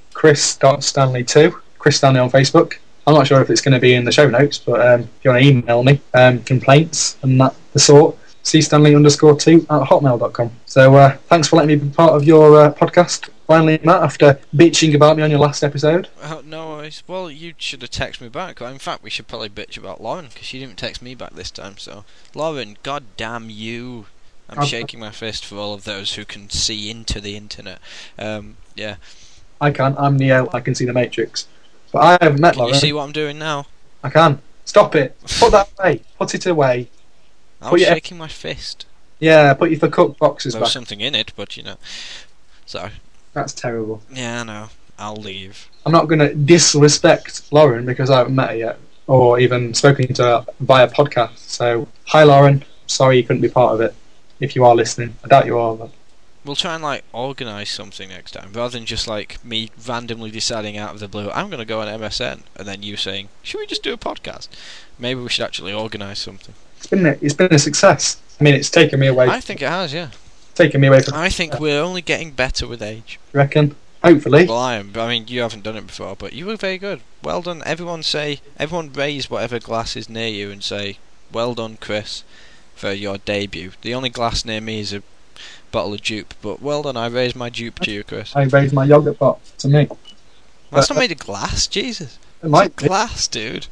chris.stanley2, Chris Stanley on Facebook. I'm not sure if it's going to be in the show notes, but um, if you want to email me um, complaints and that the sort, cstanley underscore two at hotmail.com. So uh, thanks for letting me be part of your uh, podcast. Finally, Matt, after bitching about me on your last episode. Oh, no worries. Well, you should have texted me back. In fact, we should probably bitch about Lauren because she didn't text me back this time. So, Lauren, god damn you! I'm I'm- shaking my fist for all of those who can see into the internet. Um, yeah, I can. I'm Neo. I can see the Matrix. But I haven't met can you Lauren. see what I'm doing now? I can. Stop it. Put that away. Put it away. I'm Put your- shaking my fist. Yeah, put your for cook boxes There back. was something in it, but you know. So That's terrible. yeah, I know. I'll leave. I'm not going to disrespect Lauren because I haven't met her yet or even spoken to her via podcast. So, hi, Lauren. Sorry you couldn't be part of it if you are listening. I doubt you are. But We'll try and like organize something next time, rather than just like me randomly deciding out of the blue, I'm gonna go on MSN, and then you saying, "Should we just do a podcast?" Maybe we should actually organize something. it's been a, it's been a success. I mean, it's taken me away. I think it has, yeah. taken me away from. I think we're only getting better with age. I reckon. Hopefully. Well, I am. but I mean, you haven't done it before, but you were very good. Well done. Everyone say, everyone raise whatever glass is near you and say, "Well done, Chris, for your debut." The only glass near me is a bottle of dupe, but well done. I raised my dupe to you, Chris. I raised my yogurt pot to me. That's not made of glass, Jesus. It might be. Glass, dude.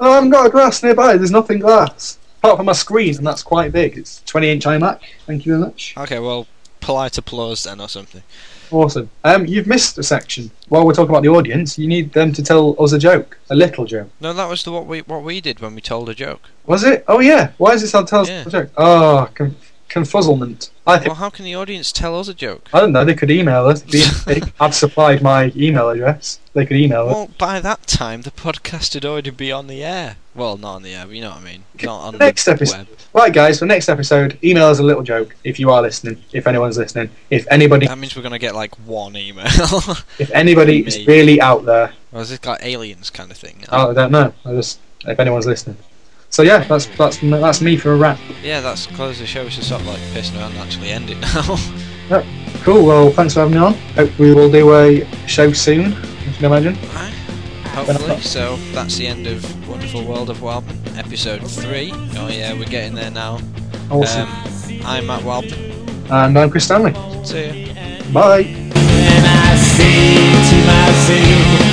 Oh, I haven't got a glass nearby. There's nothing glass. Apart from my screen, and that's quite big. It's 20 inch iMac. Thank you very much. Okay, well, polite applause then or something. Awesome. Um, you've missed a section. While we're talking about the audience, you need them to tell us a joke. A little joke. No, that was the what we what we did when we told a joke. Was it? Oh yeah. Why is this on Tales Yeah. Project? Oh, con- confuzzlement. I think Well, how can the audience tell us a joke? I don't know. They could email us. They- I've supplied my email address. They could email us. Well, by that time, the podcast had already be on the air. Well, not on the air, but you know what I mean. Not on Next the episode. web. Right, guys. For next episode, email us a little joke if you are listening. If anyone's listening. If anybody. That means we're gonna get like one email. If anybody is Me. really out there, or is this like aliens kind of thing? now? I don't know. I just if anyone's listening. So yeah, that's that's that's me for a wrap. Yeah, that's close the show. We should stop like pissing around and actually end it now. Cool. Well, thanks for having me on. Hope we will do a show soon. If you can imagine. Right. Hopefully, so that's the end of Wonderful World of Walpen, episode three. Oh yeah, we're getting there now. Awesome. Um, I'm Matt Walpen. and I'm Chris Stanley. See ya. Bye. And I say to myself